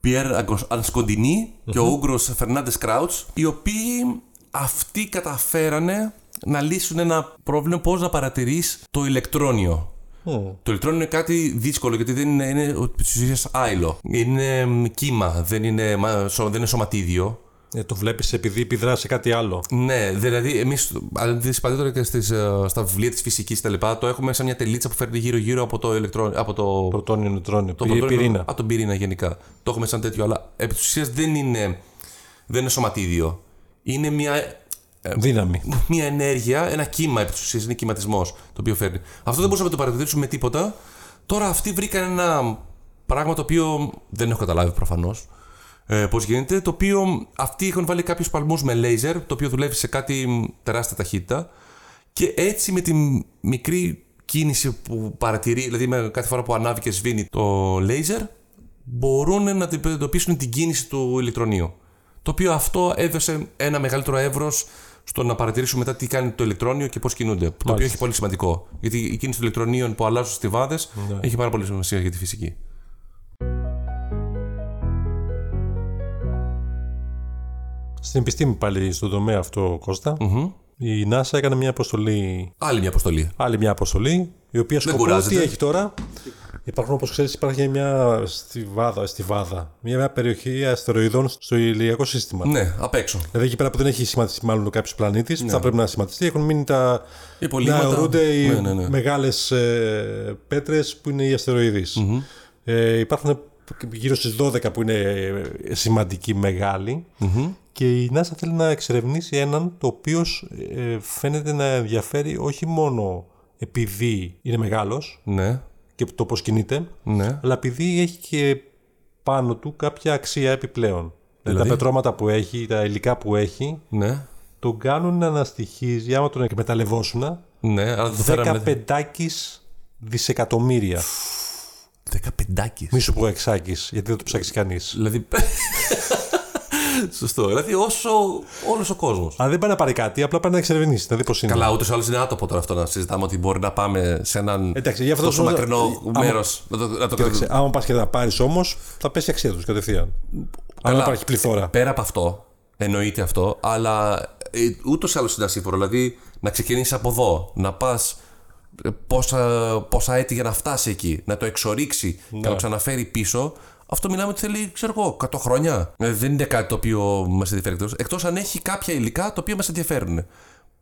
Speaker 1: Πιέρ Αγκοσ- Ανσκοντινή και ο Ούγγρος Φερνάντες Κράουτ, οι οποίοι αυτοί καταφέρανε να λύσουν ένα πρόβλημα πώς να παρατηρείς το ηλεκτρόνιο.
Speaker 2: Ναι.
Speaker 1: Το ηλεκτρόνιο είναι κάτι δύσκολο γιατί δεν είναι, είναι της ουσίας άϊλο. Είναι μ, κύμα, δεν είναι, μα- σω- δεν είναι σωματίδιο.
Speaker 2: Ε, το βλέπεις επειδή επιδρά σε κάτι άλλο.
Speaker 1: Ναι, δηλαδή εμείς, αν δεις παλιότερα και στις, ε, στα βιβλία της φυσικής τα λοιπά, το έχουμε σαν μια τελίτσα που φέρνει γύρω-γύρω από το ηλεκτρόν. Από το,
Speaker 2: Πρωτόνιο, νετρόνιο,
Speaker 1: το
Speaker 2: πυ-
Speaker 1: πρωτόνιο-
Speaker 2: πυρήνα.
Speaker 1: Από τον πυρήνα γενικά. Το έχουμε σαν τέτοιο, αλλά επί της ουσίας δεν είναι, δεν είναι σωματίδιο. Είναι μια,
Speaker 2: Ε. Δύναμη.
Speaker 1: μια ενέργεια, ένα κύμα επί της ουσίας. Είναι κυματισμός το οποίο φέρνει. Αυτό δεν μπορούσαμε να το παρακολουθήσουμε με τίποτα. Τώρα αυτοί βρήκαν ένα πράγμα το οποίο δεν έχω καταλάβει προφανώς. Ε, Πώς γίνεται, το οποίο αυτοί έχουν βάλει κάποιους παλμούς με λέιζερ, το οποίο δουλεύει σε κάτι τεράστια ταχύτητα. Και έτσι με τη μικρή κίνηση που παρατηρεί, δηλαδή με κάθε φορά που ανάβει και σβήνει το λέιζερ, μπορούν να αντιμετωπίσουν την κίνηση του ηλεκτρονίου. Το οποίο αυτό έδωσε ένα μεγαλύτερο εύρος στο να παρατηρήσουμε μετά τι κάνει το ηλεκτρόνιο και πώς κινούνται. Το οποίο έχει πολύ σημαντικό. Γιατί η κίνηση των ηλεκτρονίων που αλλάζουν στις βάδε
Speaker 2: Ναι.
Speaker 1: έχει πάρα πολύ σημασία για τη φυσική.
Speaker 2: Στην επιστήμη πάλι στον τομέα αυτό, Κώστα, η NASA έκανε μια αποστολή,
Speaker 1: Άλλη μια αποστολή.
Speaker 2: άλλη μια αποστολή, η οποία σκοπό τι
Speaker 1: κουράζεται.
Speaker 2: έχει τώρα. Υπάρχουν, όπως ξέρεις, υπάρχει μια στιβάδα, στιβάδα, μια, μια περιοχή αστεροειδών στο ηλιακό σύστημα.
Speaker 1: Ναι, απ' έξω.
Speaker 2: Δηλαδή εκεί πέρα που δεν έχει σχηματιστεί μάλλον κάποιος πλανήτης, θα πρέπει να σχηματιστεί. Έχουν μείνει τα.
Speaker 1: Ναι. Οι υπολείμματα.
Speaker 2: Να ορούνται οι
Speaker 1: Ναι, ναι, ναι.
Speaker 2: μεγάλες πέτρες που είναι οι αστεροειδεις Ε, υπάρχουν γύρω στις 12 που είναι ε, σημαντικοί μεγάλοι. Και η NASA θέλει να εξερευνήσει έναν το οποίος φαίνεται να ενδιαφέρει όχι μόνο επειδή είναι μεγάλος
Speaker 1: Ναι,
Speaker 2: και το πώς κινείται,
Speaker 1: ναι.
Speaker 2: αλλά επειδή έχει και πάνω του κάποια αξία επιπλέον. Δηλαδή, τα πετρώματα που έχει, τα υλικά που έχει,
Speaker 1: Ναι,
Speaker 2: τον κάνουν να αναστοιχίζει, άμα τον εκμεταλλευόσουν,
Speaker 1: ναι, αλλά δεν το φέραμε.
Speaker 2: 15 δισεκατομμύρια.
Speaker 1: Δεκαπεντάκις.
Speaker 2: Μη σου πω εξάκη, γιατί δεν το ψάξεις κανείς.
Speaker 1: Δηλαδή. Σωστό. Δηλαδή, όσο όλος ο κόσμος.
Speaker 2: Αν δεν πάει να πάρει κάτι, απλά πάει να εξερευνήσει, να δει πώς είναι.
Speaker 1: Καλά, ούτως ή άλλως είναι άτομο τώρα αυτό να συζητάμε ότι μπορεί να πάμε σε έναν
Speaker 2: Εντάξει, γι' αυτός
Speaker 1: τόσο
Speaker 2: σου-
Speaker 1: μακρινό
Speaker 2: άμα-
Speaker 1: μέρος. Να το, να το
Speaker 2: Κοίταξε, άμα πας και να πάρεις όμως, θα πέσει η αξία τους κατευθείαν. Αν
Speaker 1: Καλά. Ε,
Speaker 2: υπάρχει πληθώρα.
Speaker 1: Πέρα από αυτό, εννοείται αυτό, αλλά ούτως ή άλλως είναι ασύμφορο. Δηλαδή, να ξεκινήσεις από εδώ, να πας πόσα, πόσα έτη για να φτάσει εκεί, να το εξορίξει και να το ξαναφέρει πίσω. Αυτό μιλάμε ότι θέλει, ξέρω εγώ, 100 χρόνια. Ε, δεν είναι κάτι το οποίο μας ενδιαφέρει εκτός αν έχει κάποια υλικά τα οποία μας ενδιαφέρουν.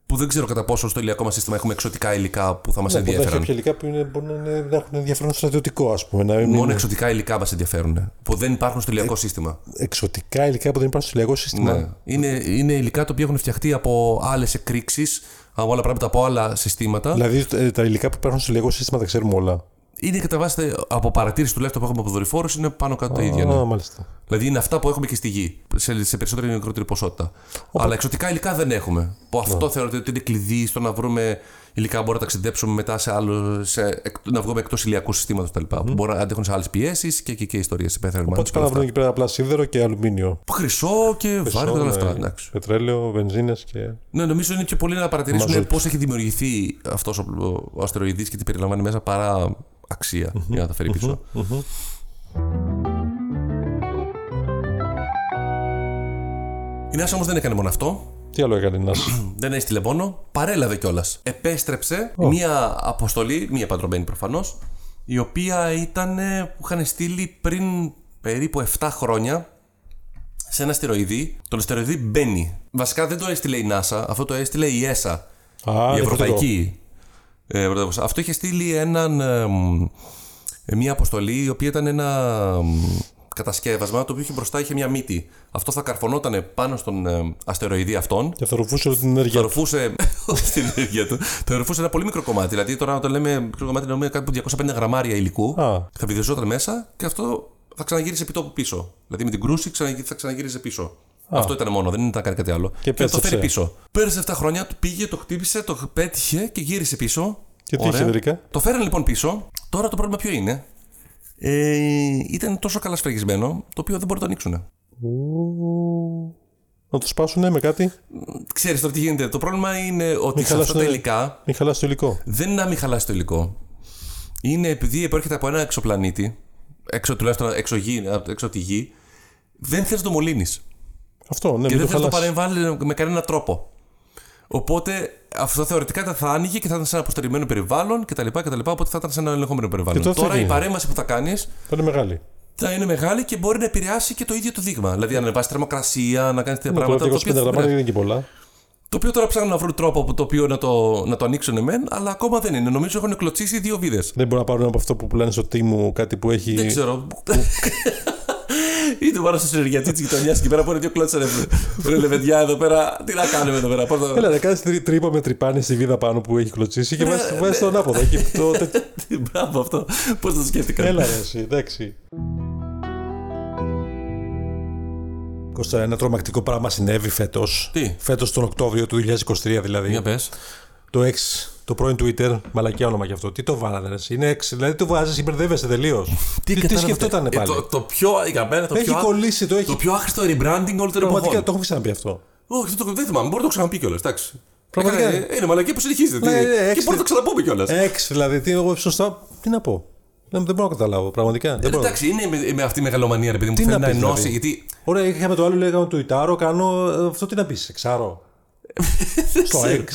Speaker 1: Που δεν ξέρω κατά πόσο στο ηλιακό μας σύστημα έχουμε εξωτικά υλικά που θα μας
Speaker 2: Μπορεί να έχει
Speaker 1: ενδιαφέρουν.
Speaker 2: κάποια υλικά Ναι, που είναι, μπορεί να, είναι, να έχουν ενδιαφέρον στρατιωτικό, ας πούμε. Να είναι
Speaker 1: Μόνο εξωτικά υλικά μας ενδιαφέρουν. Που δεν υπάρχουν στο ηλιακό σύστημα.
Speaker 2: εξωτικά υλικά που δεν υπάρχουν στο ηλιακό σύστημα.
Speaker 1: Ναι. Είναι, είναι υλικά τα οποία έχουν φτιαχτεί από άλλες εκρήξεις, από άλλα πράγματα, από άλλα συστήματα.
Speaker 2: Δηλαδή ε, τα υλικά που υπάρχουν στο ηλιακό σύστημα τα ξέρουμε όλα.
Speaker 1: Είναι κατά βάση τα- από παρατήρηση τουλάχιστον που έχουμε από δορυφόρους, είναι πάνω κάτω τα ίδια. ναι.
Speaker 2: Α, μάλιστα.
Speaker 1: Δηλαδή είναι αυτά που έχουμε και στη γη, σε, σε περισσότερη ή μικρότερη ποσότητα. Αλλά εξωτικά υλικά δεν έχουμε. Που αυτό θεωρείται ότι είναι κλειδί στο να βρούμε υλικά που μπορούμε να ταξιδέψουμε μετά σε άλλο, σε, εκ- να βγούμε εκτός ηλιακού συστήματος κτλ. Που μπορεί να αντέχουν σε άλλες πιέσεις και, και, και ιστορίες.
Speaker 2: Πότε πάνε να βρουν εκεί πέρα απλά σίδερο και αλουμίνιο.
Speaker 1: Χρυσό και βάρο και όλα αυτά.
Speaker 2: Ναι,
Speaker 1: εντάξει.
Speaker 2: Πετρέλαιο, βενζίνες και.
Speaker 1: Ναι, νομίζω είναι πιο πολύ να παρατηρήσουμε
Speaker 2: Μαζούτ.
Speaker 1: πώς έχει δημιουργηθεί αυτός ο, ο αστεροειδής και τι περιλαμβάνει μέσα παρά αξία, για να τα φέρει πίσω. Η NASA όμως δεν έκανε μόνο αυτό.
Speaker 2: Τι άλλο έκανε να.
Speaker 1: Δεν έστειλε μόνο. Παρέλαβε κιόλας. Επέστρεψε μία αποστολή, μία παντρεμένη προφανώς, η οποία ήταν ε, που είχαν στείλει πριν περίπου 7 χρόνια σε ένα αστεροειδή. Τον αστεροειδή Μπένι. Βασικά δεν το έστειλε η NASA, αυτό το έστειλε η ESA.
Speaker 2: Α,
Speaker 1: η
Speaker 2: διαφορετικό.
Speaker 1: Ευρωπαϊκή. Ε, πρωτεύουσα. αυτό είχε στείλει έναν, ε, μ, ε, μία αποστολή η οποία ήταν ένα μ, κατασκεύασμα το οποίο είχε μπροστά είχε μία μύτη. Αυτό θα καρφωνόταν πάνω στον ε, αστεροειδή αυτόν
Speaker 2: Και θα ρουφούσε την ενέργεια.
Speaker 1: Θορυφούσε. Όχι την ενέργεια του. Θορυφούσε ένα πολύ μικρό κομμάτι. Δηλαδή τώρα όταν λέμε μικρό κομμάτι, εννοούμε κάτι που 250 γραμμάρια υλικού.
Speaker 2: Α.
Speaker 1: Θα βυθιζόταν μέσα και αυτό θα ξαναγύρισε επί τόπου πίσω. Δηλαδή με την κρούση ξαναγυ- θα ξαναγύριζε πίσω. Αυτό ήταν μόνο, δεν ήταν κάνει κάτι άλλο. Και, το
Speaker 2: πέστρεψε.
Speaker 1: φέρει πίσω. Πέρασε 7 χρόνια, του πήγε, το χτύπησε, το πέτυχε και γύρισε πίσω.
Speaker 2: Και τι
Speaker 1: Ωραία.
Speaker 2: είχε τελικά?
Speaker 1: Το φέραν λοιπόν πίσω. Τώρα το πρόβλημα ποιο είναι. Ε, ήταν τόσο καλά σφραγισμένο, το οποίο δεν μπορεί να το ανοίξουν.
Speaker 2: Ου. Να του σπάσουνε με κάτι.
Speaker 1: Ξέρεις τώρα τι γίνεται. Το πρόβλημα είναι ότι σε αυτά
Speaker 2: χαλάσουνε.
Speaker 1: τα υλικά
Speaker 2: Μην χαλάσει το υλικό.
Speaker 1: δεν είναι να μην χαλάσει το υλικό. Είναι επειδή προέρχεται από ένα εξωπλανήτη, έξω τουλάχιστον έξω, γη, έξω από τη γη, δεν θες να το μολύνεις.
Speaker 2: Αυτό, ναι,
Speaker 1: Και
Speaker 2: μην
Speaker 1: δεν
Speaker 2: το
Speaker 1: θες να το
Speaker 2: χαλάσει.
Speaker 1: παρεμβάλλει με κανέναν τρόπο. Οπότε αυτό θεωρητικά θα άνοιγε και θα ήταν σε ένα αποστερημένο περιβάλλον κτλ. κτλ οπότε θα ήταν σε ένα ελεγχόμενο περιβάλλον.
Speaker 2: Και τότε
Speaker 1: Τώρα
Speaker 2: τι
Speaker 1: η
Speaker 2: γίνεται?
Speaker 1: παρέμβαση που θα κάνεις
Speaker 2: Θα είναι μεγάλη.
Speaker 1: θα είναι μεγάλη και μπορεί να επηρεάσει και το ίδιο το δείγμα. Δηλαδή, αν ανεβάσεις θερμοκρασία, να κάνεις τέτοια
Speaker 2: Ναι,
Speaker 1: πράγματα.
Speaker 2: τώρα
Speaker 1: το
Speaker 2: 25
Speaker 1: οποίο θα
Speaker 2: γραμμάρια
Speaker 1: επηρεάσει.
Speaker 2: είναι και πολλά.
Speaker 1: Το οποίο τώρα ψάχνουν να βρουν τρόπο που- το οποίο να το, να το ανοίξουν μεν, αλλά ακόμα δεν είναι. Νομίζω έχουν κλωτσίσει δύο βίδες.
Speaker 2: Δεν μπορούν να πάρουν από αυτό που πουλάνε στο τίμου κάτι που έχει.
Speaker 1: Δεν ξέρω. Είτε πάνω στο συνεργατή της γειτονιάς και πέρα από είναι δύο κλώτσα ρε, ρε λεβεντιά εδώ πέρα. Τι να κάνουμε εδώ πέρα. Πώς θα...
Speaker 2: Έλα, να κάνει τρί, τρύπα με τρυπάνι στη βίδα πάνω που έχει κλωτσίσει
Speaker 1: Ναι,
Speaker 2: και βάζει βάζεις τον άποδο. εκεί, το, τε-
Speaker 1: Τι Μπράβο αυτό. Πώς το σκέφτηκα.
Speaker 2: Έλα, ρε, εσύ, εντάξει. Κώστα, ένα τρομακτικό πράγμα συνέβη φέτος.
Speaker 1: Τι?
Speaker 2: Φέτος τον Οκτώβριο του 2023 δηλαδή.
Speaker 1: Για πες.
Speaker 2: Το X, το πρώην Twitter, μαλακιά όνομα γι' αυτό. Τι το βάλανε, ρε, εσύ, είναι X. Δηλαδή το βάζει, υπερδεύεσαι τελείως. τι, τι, σκεφτότανε πάλι.
Speaker 1: Ε, Το, το πιο. Για μένα το
Speaker 2: Έχει
Speaker 1: πιο.
Speaker 2: κολλήσει, το έχει.
Speaker 1: Το πιο άχρηστο rebranding όλων των
Speaker 2: Πραγματικά
Speaker 1: εποχών.
Speaker 2: το έχουμε ξαναπεί αυτό.
Speaker 1: Όχι, δεν το δεν θυμάμαι. Μπορεί να το ξαναπεί κιόλας. Εντάξει.
Speaker 2: Πραγματικά.
Speaker 1: Έκανε- Είναι μαλακή που συνεχίζεται.
Speaker 2: Ναι,
Speaker 1: τι-
Speaker 2: ναι,
Speaker 1: και
Speaker 2: έξι-
Speaker 1: μπορεί να το ξαναπούμε κιόλας.
Speaker 2: X, δηλαδή, τι, εγώ σωστά, τι να πω. Δεν, δεν μπορώ να καταλάβω, πραγματικά. Δεν μπορώ.
Speaker 1: Ε, Εντάξει, είναι με, με αυτή η μεγαλομανία, ρε παιδί μου, που
Speaker 2: να
Speaker 1: θέλει να
Speaker 2: πεις,
Speaker 1: ενώσει.
Speaker 2: δηλαδή.
Speaker 1: Γιατί
Speaker 2: Ωραία, είχαμε το άλλο, λέγαμε του Ιτάρο, κάνω ε, αυτό τι να πεις, εξάρω.
Speaker 1: Ε,
Speaker 2: Στο
Speaker 1: ξέρω.
Speaker 2: X.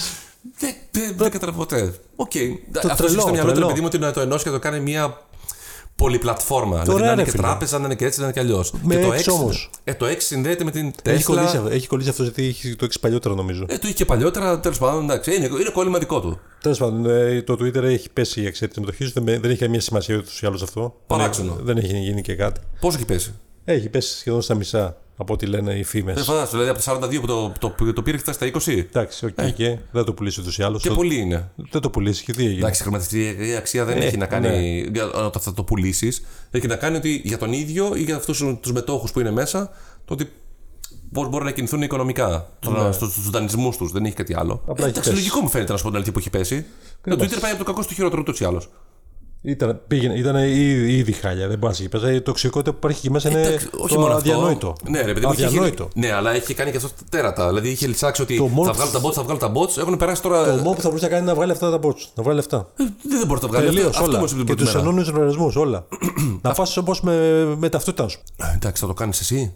Speaker 1: Δεν, δεν, δεν καταλαβαίνω ποτέ. Οκ.
Speaker 2: Το
Speaker 1: Αυτό
Speaker 2: τρελό,
Speaker 1: στο μυαλό του
Speaker 2: τρελό.
Speaker 1: παιδί μου ότι να το ενώσει και να το κάνει μια πολυπλατφόρμα. Δηλαδή
Speaker 2: Ωραία,
Speaker 1: να είναι
Speaker 2: ρε
Speaker 1: και
Speaker 2: φίλε.
Speaker 1: τράπεζα, να είναι και έτσι, να είναι και αλλιώς.
Speaker 2: Με
Speaker 1: και το
Speaker 2: X όμως.
Speaker 1: Ε, το X συνδέεται με την
Speaker 2: Έχει κολλήσει,
Speaker 1: Tesla.
Speaker 2: αυτό- έχει κολλήσει αυτό γιατί έχει το X παλιότερα νομίζω.
Speaker 1: Ε, το είχε και παλιότερα, τέλος πάντων. Εντάξει, είναι, είναι κόλλημα δικό του.
Speaker 2: Τέλος πάντων, ε, το Twitter έχει πέσει η εξαίρετη συμμετοχή, δεν, με- δεν έχει καμία σημασία ούτως ή άλλως αυτό.
Speaker 1: Παράξενο.
Speaker 2: Δεν, έχει γίνει και κάτι.
Speaker 1: Πόσο έχει πέσει.
Speaker 2: Έχει πέσει σχεδόν στα μισά από ό,τι λένε οι φήμες.
Speaker 1: Δεν φαντάζομαι, δηλαδή από τα 42 που το, το, το, πήρε, φτάσει στα 20.
Speaker 2: Εντάξει, οκ, και δεν το πουλήσει ούτως ή άλλως.
Speaker 1: Ε. Και πολύ είναι.
Speaker 2: Δεν το πουλήσει και τι έγινε.
Speaker 1: Εντάξει, η χρηματιστηριακή αξία
Speaker 2: Ναι,
Speaker 1: δεν έχει να κάνει για- όταν θα το πουλήσεις. Έχει να κάνει ότι για τον ίδιο ή για αυτούς τους μετόχους που είναι μέσα, το ότι πώς μπορούν να κινηθούν οικονομικά στους δανεισμούς τους. Δεν έχει κάτι άλλο.
Speaker 2: Ναι.
Speaker 1: Ε,
Speaker 2: Απλά έχει
Speaker 1: εντάξει,
Speaker 2: πέσει.
Speaker 1: λογικό μου φαίνεται να σου πω την αλήθεια που έχει πέσει. Το Twitter πάει από το κακό στο χειρότερο ούτως ή άλλως.
Speaker 2: Ήταν, πήγαινε, ήταν ήδη, ήδη χάλια, δεν μπορεί να πέσει. ε, Η τοξικότητα που υπάρχει εκεί μέσα είναι Ε, το αδιανόητο.
Speaker 1: Ναι, ρε παιδί μου. είχε
Speaker 2: αδιανόητο.
Speaker 1: γίνει- Ναι, αλλά έχει κάνει και αυτό τέρατα. Δηλαδή είχε λησάξει ότι
Speaker 2: Το
Speaker 1: θα
Speaker 2: mods-
Speaker 1: βγάλω τα bots, θα βγάλω τα bots. Έχουν περάσει τώρα.
Speaker 2: Το μόνο που θα μπορούσε να κάνει είναι να βγάλει αυτά τα bots. Να βγάλει αυτά.
Speaker 1: Ε, Δεν μπορεί να τα βγάλει.
Speaker 2: Τελείως
Speaker 1: Αυτό- αυτό
Speaker 2: όλα.
Speaker 1: μου είπε την
Speaker 2: Και
Speaker 1: πρώτη
Speaker 2: του
Speaker 1: μέρα.
Speaker 2: ενώνει λογαριασμού όλα. να φάσεις όπως με, με ταυτότητά σου.
Speaker 1: Ε, Εντάξει, θα το κάνεις εσύ.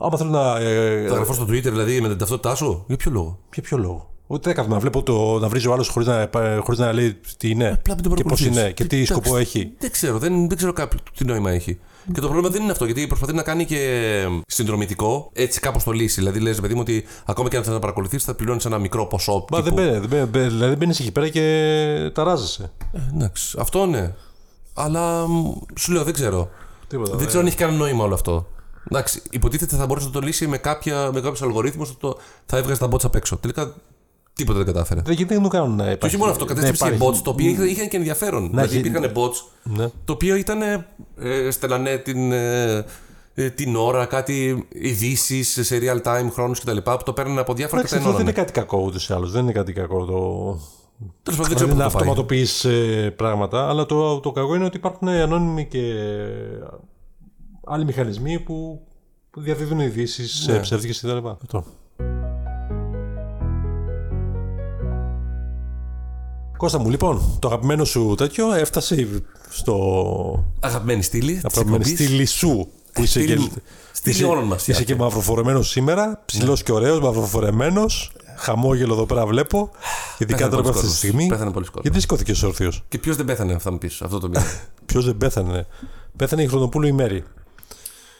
Speaker 2: Άμα θέλω να. ε,
Speaker 1: Θα γραφώ στο Twitter δηλαδή με την ταυτότητά σου. Για ποιο λόγο.
Speaker 2: Για ποιο λόγο. Ούτε έκανα να βλέπω το, να βρίζει ο άλλος χωρίς να, χωρίς να λέει τι είναι
Speaker 1: Απλά μην τον
Speaker 2: και πώς
Speaker 1: παρακολουθείς.
Speaker 2: είναι και τι
Speaker 1: Εντάξει,
Speaker 2: σκοπό έχει.
Speaker 1: Δεν ξέρω, δεν, δεν ξέρω κάποιο τι νόημα έχει. Και το πρόβλημα δεν είναι αυτό, γιατί προσπαθεί να κάνει και συνδρομητικό, έτσι κάπως το λύσει. Δηλαδή, λες, παιδί μου, ότι ακόμα και αν θα τα παρακολουθήσει, θα πληρώνεις ένα μικρό ποσό.
Speaker 2: Μα δεν
Speaker 1: τύπου.
Speaker 2: μπαίνει, δεν μπαίνει, μπαίνει, δηλαδή μπαίνεις εκεί πέρα και ταράζεσαι.
Speaker 1: Ε, εντάξει, αυτό ναι. Αλλά μ, σου λέω, δεν ξέρω.
Speaker 2: Τίποτα.
Speaker 1: δεν ξέρω αν έχει κανένα νόημα όλο αυτό. Εντάξει, υποτίθεται θα μπορούσε να το λύσει με, κάποια- με κάποιους αλγορίθμους, το... θα έβγαζε τα bots απ' έξω. Τελικά τίποτα δεν κατάφερε.
Speaker 2: Δεν γίνεται να το κάνουν να
Speaker 1: Και
Speaker 2: υπάρχει.
Speaker 1: όχι μόνο αυτό, κατέστρεψε
Speaker 2: να
Speaker 1: και
Speaker 2: ε, υπάρχει-
Speaker 1: bots, τα οποία είχαν και ενδιαφέρον. δηλαδή
Speaker 2: έχει-
Speaker 1: υπήρχαν bots,
Speaker 2: Ναι.
Speaker 1: το οποίο ήταν. Ε, ε, στέλνανε την, ε, ε, την ώρα, κάτι ειδήσεις σε real time χρόνους κτλ. που το παίρνανε από διάφορα και τα
Speaker 2: Εντάξει, αυτό δεν είναι
Speaker 1: ενώνανε.
Speaker 2: κάτι κακό ούτως ή άλλως. Δεν είναι κάτι κακό το.
Speaker 1: Τέλος πάντων, δεν ξέρω
Speaker 2: Δηλαδή
Speaker 1: πού θα
Speaker 2: να
Speaker 1: πάει.
Speaker 2: αυτοματοποιείς ε, πράγματα, αλλά το, το κακό είναι ότι υπάρχουν ανώνυμοι και άλλοι μηχανισμοί που που διαδίδουν ειδήσεις ναι. ψεύτικες κτλ. Κώστα μου, λοιπόν, το αγαπημένο σου τέτοιο έφτασε στο
Speaker 1: Αγαπημένη στήλη. της
Speaker 2: αγαπημένο
Speaker 1: εκπομπής.
Speaker 2: στήλη σου που είσαι
Speaker 1: Στήλη-
Speaker 2: και.
Speaker 1: στήλη
Speaker 2: είσαι-
Speaker 1: όλων μας, Ναι.
Speaker 2: Είσαι και μαυροφορεμένος σήμερα, ψηλός και ωραίος, μαυροφορεμένος. Χαμόγελο εδώ πέρα βλέπω. Ειδικά
Speaker 1: Πέθανε
Speaker 2: τώρα
Speaker 1: πολλοί
Speaker 2: που αυτή τη
Speaker 1: κόσμος.
Speaker 2: στιγμή.
Speaker 1: Πέθανε πολλοί κόσμος.
Speaker 2: Γιατί σηκώθηκε όρθιο.
Speaker 1: Και ποιος δεν πέθανε, θα μου πεις αυτό το μήνα.
Speaker 2: Ποιος δεν πέθανε. Πέθανε η Χρονοπούλου η Μέρη.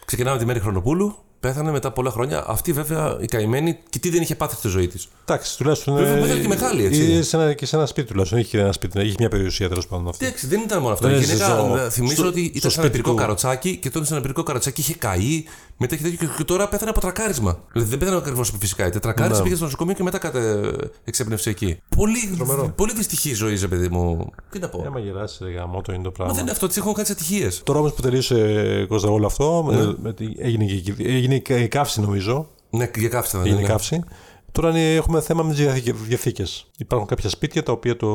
Speaker 1: Ξεκινάμε τη Μέρη Χρονοπούλου, πέθανε μετά πολλά χρόνια. Αυτή βέβαια η καημένη και τι δεν είχε πάθει στη ζωή της.
Speaker 2: Εντάξει, τουλάχιστον.
Speaker 1: Βέβαια,
Speaker 2: ε,
Speaker 1: πέθανε και μεγάλη, έτσι.
Speaker 2: ε, σε ένα, και σε ένα σπίτι τουλάχιστον. Είχε ένα σπίτι, είχε μια περιουσία τέλος πάντων αυτή.
Speaker 1: Εντάξει, δεν ήταν μόνο αυτό.
Speaker 2: Δεν
Speaker 1: Η
Speaker 2: είναι Ναι, ζώο.
Speaker 1: γυναίκα, ε, θυμίζω
Speaker 2: Στο-
Speaker 1: ότι
Speaker 2: στο
Speaker 1: ήταν σε
Speaker 2: σπίτι
Speaker 1: ένα πυρικό
Speaker 2: του.
Speaker 1: καροτσάκι και τότε σε ένα πυρικό καροτσάκι είχε καεί. Μετά είχε τέτοιο και- και τώρα πέθανε από τρακάρισμα. Δηλαδή δεν πέθανε ακριβώς φυσικά. Είτε τρακάρισε,
Speaker 2: Ναι.
Speaker 1: πήγε στο νοσοκομείο και μετά κατε... εξέπνευσε εκεί. Πολύ, πολύ δυστυχή η ζωή, ρε παιδί μου. Τι να πω.
Speaker 2: Ε, Άμα γεράσει, ρε γάμο, το είναι το πράγμα.
Speaker 1: Δεν είναι αυτό, τη έχουν κάτι ατυχίες.
Speaker 2: Τώρα όμως που τελείωσε Κώστα όλο αυτό, ε, με τη- έγινε, και, η- έγινε και η καύση νομίζω.
Speaker 1: Ναι, για κάψτε δεν
Speaker 2: Έγινε
Speaker 1: είναι.
Speaker 2: καύση. Τώρα είναι- έχουμε θέμα με τις διαθήκες. Υπάρχουν κάποια σπίτια τα οποία το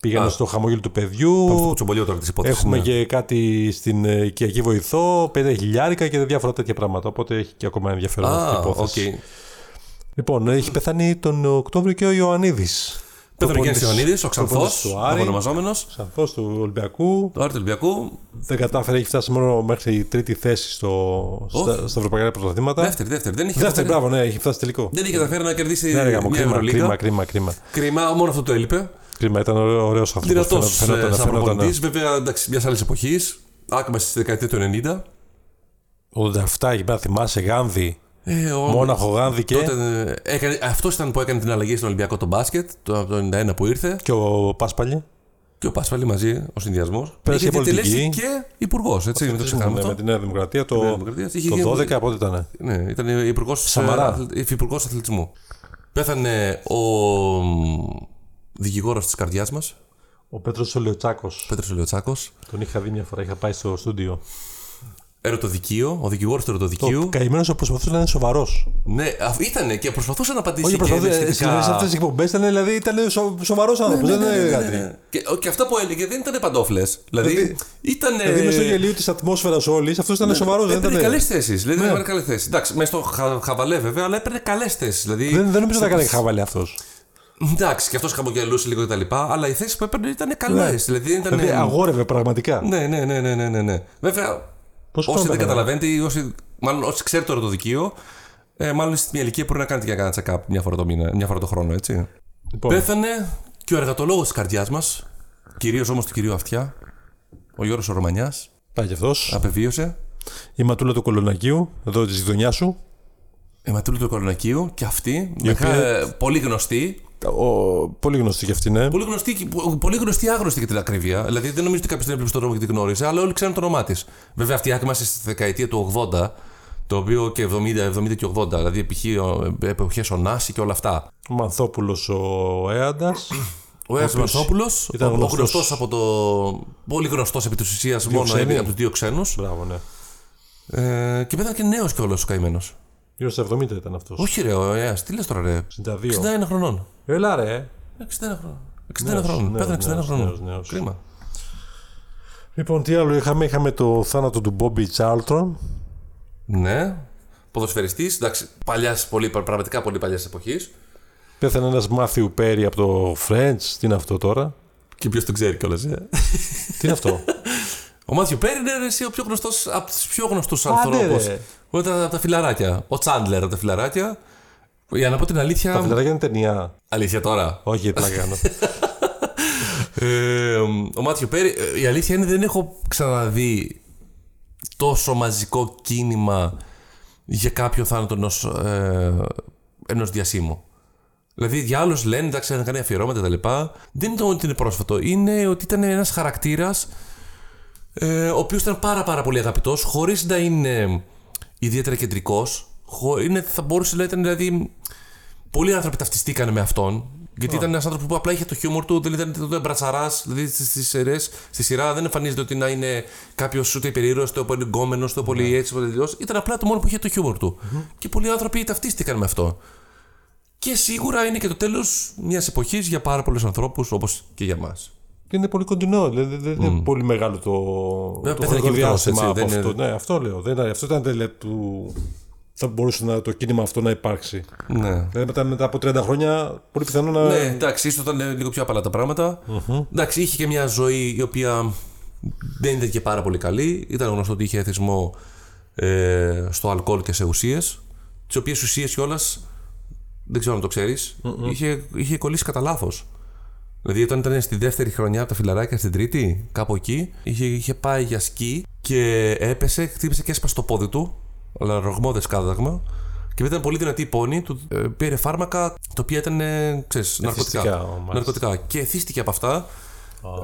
Speaker 2: πήγαν στο χαμόγελο του παιδιού.
Speaker 1: Το τσομπολιό τώρα Ναι. τη υπόθεση.
Speaker 2: Έχουμε και κάτι στην ε, οικιακή βοηθό, 5 χιλιάρικα και διάφορα τέτοια πράγματα. Οπότε έχει και ακόμα ενδιαφέρον αυτή η
Speaker 1: Α, οκ.
Speaker 2: υπόθεση. Λοιπόν, έχει πεθάνει τον Οκτώβριο και ο Ιωαννίδης.
Speaker 1: Πέθανε ο Γιάννη Ιωαννίδη, ο Ξανθός,
Speaker 2: του Άρη,
Speaker 1: απονομαζόμενος,
Speaker 2: ξανθός του Ολυμπιακού.
Speaker 1: του Άρη του Ολυμπιακού.
Speaker 2: Δεν κατάφερε, έχει φτάσει μόνο μέχρι η τρίτη θέση στο, στα, στα ευρωπαϊκά πρωταθλήματα.
Speaker 1: Δεύτερη, δεύτερη. Δεν είχε
Speaker 2: Ε, Δεύτερη,
Speaker 1: καταφέρει-
Speaker 2: μπράβο, ναι, έχει φτάσει τελικό.
Speaker 1: δεν είχε καταφέρει να κερδίσει
Speaker 2: Ναι, ρε γάμο,
Speaker 1: μια
Speaker 2: κρίμα, κρίμα,
Speaker 1: Ευρωλίγα.
Speaker 2: κρίμα, κρίμα.
Speaker 1: Κρίμα, μόνο αυτό το έλειπε.
Speaker 2: Κρίμα, ήταν ωραίο
Speaker 1: Δυνατό ε,
Speaker 2: άνθρωπο. ναι.
Speaker 1: σαν προπονητή, βέβαια εντάξει, μιας άλλης εποχής. άκμας στη δεκαετία του 90.
Speaker 2: 87 εκεί πέρα, θυμάσαι, Γάνδη.
Speaker 1: Ε, ο-
Speaker 2: Μόναχο, Γάνδη και,
Speaker 1: Τότε, ε, έκανε, αυτός ήταν που έκανε την αλλαγή στον Ολυμπιακό το μπάσκετ, το, από το 91 που ήρθε.
Speaker 2: και ο Πάσπαλη.
Speaker 1: Και ο Πασφαλή μαζί, ο συνδυασμός.
Speaker 2: Πέρασε και πολιτική.
Speaker 1: και υπουργός, έτσι, μην το ξεχνάμε
Speaker 2: Ναι, με
Speaker 1: αυτό.
Speaker 2: τη Νέα Δημοκρατία το,
Speaker 1: Νέα Δημοκρατία. Είχε γίνει-
Speaker 2: το 12 από ό,τι ήταν.
Speaker 1: Ναι, ήταν υπουργός,
Speaker 2: Σαμαρά.
Speaker 1: αθλη- υφυπουργός αθλητισμού. Πέθανε ο δικηγόρος της καρδιάς μας,
Speaker 2: Ο Πέτρος Ολιοτσάκος.
Speaker 1: Πέτρος Λεωτσάκος.
Speaker 2: Τον είχα δει μια φορά, είχα πάει στο στούντιο.
Speaker 1: Ερωτοδικείο, ο δικηγόρος του ερωτοδικείου.
Speaker 2: Καημένο ο προσπαθούσε να είναι σοβαρός.
Speaker 1: Ναι, α- ήτανε και προσπαθούσε να απαντήσει.
Speaker 2: Όχι,
Speaker 1: και
Speaker 2: προσπαθούσε. ε,
Speaker 1: σχετικά-
Speaker 2: Σε αυτές τις εκπομπές ήταν, δηλαδή, ήταν σοβαρό άνθρωπο. Δεν
Speaker 1: Ναι,
Speaker 2: είναι κάτι.
Speaker 1: Και, και αυτά που έλεγε δεν ήταν παντόφλες. Δηλαδή, ήταν.
Speaker 2: ναι, Δηλαδή, μες στο γελίο της ατμόσφαιρας όλης, αυτός ήταν σοβαρός. Δεν Ναι.
Speaker 1: Έπαιρνε καλέ
Speaker 2: ήταν.
Speaker 1: θέσεις. Δηλαδή, έπαιρνε καλές θέσεις. Εντάξει, μέσα στο χα, χαβαλέ βέβαια, αλλά έπαιρνε καλές θέσεις. Δηλαδή,
Speaker 2: Δεν, δεν νομίζω ότι τα έκανε χαβαλέ αυτός.
Speaker 1: Εντάξει, και αυτός χαμογελούσε λίγο και τα λοιπά, αλλά οι θέσεις που έπαιρνε ήταν καλές. Δηλαδή, δεν ήταν.
Speaker 2: Δηλαδή, αγόρευε πραγματικά.
Speaker 1: Ναι, ναι, ναι, ναι, ναι, ναι, ναι. Βέβαια,
Speaker 2: Πώς
Speaker 1: όσοι δεν
Speaker 2: χρόνο έκανε?
Speaker 1: καταλαβαίνετε ή όσοι, μάλλον, όσοι ξέρετε το δικείο, ε, μάλλον είστε μια ηλικία που μπορεί να κάνετε και ένα check-up μια φορά το, μήνα, μια φορά το χρόνο, έτσι.
Speaker 2: Λοιπόν.
Speaker 1: Πέθανε και ο εργατολόγος της καρδιάς μας, κυρίως όμως του κυρίου Αυτιά, ο Γιώργο Ορομανιά,
Speaker 2: Πάει κι αυτός.
Speaker 1: απεβίωσε.
Speaker 2: Η ματούλα του Κολονακίου, εδώ της γειτονιάς σου.
Speaker 1: Αιματούλη του Κορονακίου και αυτή,
Speaker 2: οποία-
Speaker 1: μεγάλη- πολύ γνωστή.
Speaker 2: Ο... Πολύ γνωστή κι αυτή, ναι.
Speaker 1: Πολύ γνωστή, και- πολύ γνωστή άγνωστη για την ακρίβεια. Δηλαδή δεν νομίζω ότι κάποιος την έβλεπε στον δρόμο και την γνώρισε, αλλά όλοι ξέρουν το όνομά της. Βέβαια αυτή άκμασε στη δεκαετία του 80, το οποίο και 70, 70 και 80, δηλαδή εποχές ο Νάση και όλα αυτά.
Speaker 2: Ο Μανθόπουλος ο Έαντας.
Speaker 1: Ο Έας
Speaker 2: οποίος
Speaker 1: Μανθόπουλος, ο,
Speaker 2: ήταν
Speaker 1: ο
Speaker 2: γνωστός.
Speaker 1: γνωστός από το. Πολύ γνωστός επί της ουσίας μόνο
Speaker 2: ξένοι.
Speaker 1: από τους δύο ξένους.
Speaker 2: Μπράβο, ναι.
Speaker 1: Ε, και πέθανε και νέος κιόλας ο καημένος.
Speaker 2: Γύρω στα 70 ήταν αυτός.
Speaker 1: Όχι ρε, ο Έας, τι λες τώρα ρε.
Speaker 2: 62.
Speaker 1: 61 χρονών.
Speaker 2: Έλα ρε.
Speaker 1: 61 χρονών. 61
Speaker 2: Νέος,
Speaker 1: χρονών.
Speaker 2: νέος,
Speaker 1: Πέθανε 61
Speaker 2: νέος, νέος,
Speaker 1: χρονών.
Speaker 2: νέος.
Speaker 1: Κρίμα.
Speaker 2: Λοιπόν, τι άλλο είχαμε. Είχαμε το θάνατο του Μπόμπι Τσάρλτον.
Speaker 1: Ναι. Ποδοσφαιριστής, εντάξει, παλιάς, πολύ, πραγματικά πολύ παλιάς εποχής.
Speaker 2: Πέθανε ένας Μάθιου Πέρι από το French. Τι είναι αυτό τώρα.
Speaker 1: Και ποιος τον ξέρει κιόλας. Ε.
Speaker 2: Τι είναι αυτό.
Speaker 1: Ο Μάθιου Πέρι είναι ρε, εσύ, ο πιο γνωστός από τους πιο γνωστούς
Speaker 2: Άντε,
Speaker 1: ανθρώπους.
Speaker 2: ναι, ρε.
Speaker 1: Ήταν από τα φιλαράκια. Ο Τσάντλερ από τα φιλαράκια. Για να πω την αλήθεια.
Speaker 2: Δηλαδή είναι ταινία.
Speaker 1: Αλήθεια τώρα.
Speaker 2: Όχι, τι να κάνω.
Speaker 1: Ε, ο Μάθιου Πέρι, ε, η αλήθεια είναι δεν έχω ξαναδεί τόσο μαζικό κίνημα για κάποιο θάνατο ενός, ε, ενός διασύμου. Δηλαδή, για άλλου λένε, εντάξει, να κάνει αφιερώματα κτλ. Δεν είναι ότι είναι πρόσφατο. Είναι ότι ήταν ένας χαρακτήρας ε, ο οποίος ήταν πάρα, πάρα πολύ αγαπητός, χωρίς να είναι ιδιαίτερα κεντρικός. Είναι, θα μπορούσε να ήταν δηλαδή. Πολλοί άνθρωποι ταυτιστήκαν με αυτόν. Γιατί ήταν ένας άνθρωπος που απλά είχε το χιούμορ του, δεν ήταν τότε μπρατσαράς. Δηλαδή στις σειρές, στη σειρά δεν εμφανίζεται ότι να είναι κάποιος ούτε υπερήρωας, ούτε πολύ γκόμενος, ούτε πολύ έτσι, ούτε αλλιώς. Ήταν απλά το μόνο που είχε το χιούμορ του. Και πολλοί άνθρωποι ταυτίστηκαν με αυτό. Και σίγουρα είναι και το τέλος μιας εποχής για πάρα πολλούς ανθρώπους όπως και για μας.
Speaker 2: είναι πολύ κοντινό. Δηλαδή δεν είναι πολύ μεγάλο το,
Speaker 1: Δεν Mm. Ναι,
Speaker 2: το
Speaker 1: πέθανε
Speaker 2: χρονικό
Speaker 1: και μικρός,
Speaker 2: διάστημα
Speaker 1: έτσι,
Speaker 2: από
Speaker 1: δεν
Speaker 2: αυτό.
Speaker 1: είναι-
Speaker 2: Ναι, αυτό λέω. Δεν, ήταν- αυτό ήταν τελε, του. Θα μπορούσε να, το κίνημα αυτό να υπάρξει.
Speaker 1: Ναι.
Speaker 2: Δηλαδή μετά, μετά από 30 χρόνια, πολύ πιθανό να.
Speaker 1: Ναι, εντάξει, ίσως ήταν ε, λίγο πιο απαλά τα πραγματα Εντάξει, είχε και μια ζωή η οποία δεν ήταν και πάρα πολύ καλή. Ήταν γνωστό ότι είχε εθισμό ε, στο αλκοόλ και σε ουσίες. Τις οποίες ουσίες κιόλας δεν ξέρω αν το ξερει είχε, είχε κολλήσει κατά λάθος. Δηλαδή, όταν ήταν στη δεύτερη χρονιά από τα φιλαράκια, στην τρίτη, κάπου εκεί, είχε, είχε πάει για σκι και έπεσε, χτύπησε και έσπασε το πόδι του. Αλλά ρογμό δεσκάδαγμα. Και μετά ήταν πολύ δυνατή η πόνη, του ε, πήρε φάρμακα τα οποία ήταν, ε, ξέρεις, ναρκωτικά.
Speaker 2: Εθιστικά, ο, μάλιστα.
Speaker 1: Ναρκωτικά. Και εθίστηκε από αυτά.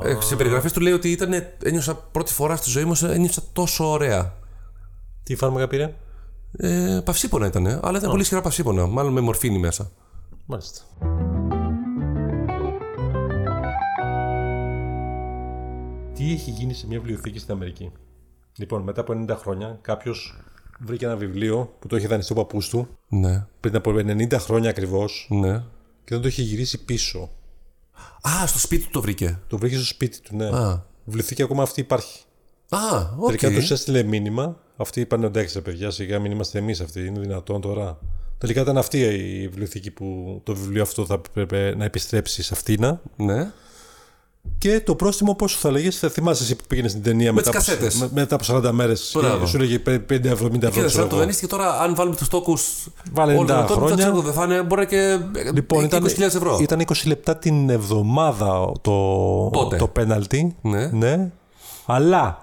Speaker 1: Ε, σε περιγραφές του λέει ότι ήταν, ένιωσα πρώτη φορά στη ζωή μου, ένιωσα τόσο ωραία.
Speaker 2: Τι φάρμακα πήρε.
Speaker 1: Ε, παυσίπονα ήταν, αλλά ήταν πολύ ισχυρά παυσίπονα. Μάλλον με μορφίνη μέσα.
Speaker 2: Μάλιστα. Τι έχει γίνει σε μια βιβλιοθήκη στην Αμερική. Λοιπόν, μετά από 90 χρόνια, κάποιος βρήκε ένα βιβλίο που το είχε δανειστεί ο παππούς του
Speaker 1: Ναι,
Speaker 2: πριν από 90 χρόνια ακριβώς
Speaker 1: ναι.
Speaker 2: και δεν το είχε γυρίσει πίσω.
Speaker 1: Α, στο σπίτι του το βρήκε.
Speaker 2: Το βρήκε στο σπίτι του, ναι.
Speaker 1: Α.
Speaker 2: Βιβλιοθήκη ακόμα αυτή υπάρχει.
Speaker 1: Α, οκ.
Speaker 2: Τελικά τους έστειλε μήνυμα. Αυτοί είπαν εντάξει, ρε παιδιά, σιγά μην είμαστε εμείς αυτοί. Είναι δυνατόν τώρα. Τελικά ήταν αυτή η βιβλιοθήκη που το βιβλίο αυτό θα έπρεπε να επιστρέψει σε αυτήνα.
Speaker 1: Ναι.
Speaker 2: Και το πρόστιμο, πόσο θα λέγες, θα θυμάσαι εσύ που πήγαινες στην ταινία μετά,
Speaker 1: τις
Speaker 2: από,
Speaker 1: κασέτες.
Speaker 2: με- μετά από 40 μέρε.
Speaker 1: Μπράβο.
Speaker 2: Σου λέγε 5 ευρώ, 50 ευρώ.
Speaker 1: Κοίταξε,
Speaker 2: ξέρω
Speaker 1: αν το
Speaker 2: εγώ.
Speaker 1: δανείστηκε τώρα, αν βάλουμε τους τόκους.
Speaker 2: Βάλε 90 χρόνια.
Speaker 1: Δεν ξέρω, δεν θα είναι, μπορεί και.
Speaker 2: Λοιπόν, ήταν,
Speaker 1: 20.000 ευρώ.
Speaker 2: ήταν 20 λεπτά την εβδομάδα το,
Speaker 1: Τότε.
Speaker 2: το πέναλτι.
Speaker 1: Ναι.
Speaker 2: ναι. Αλλά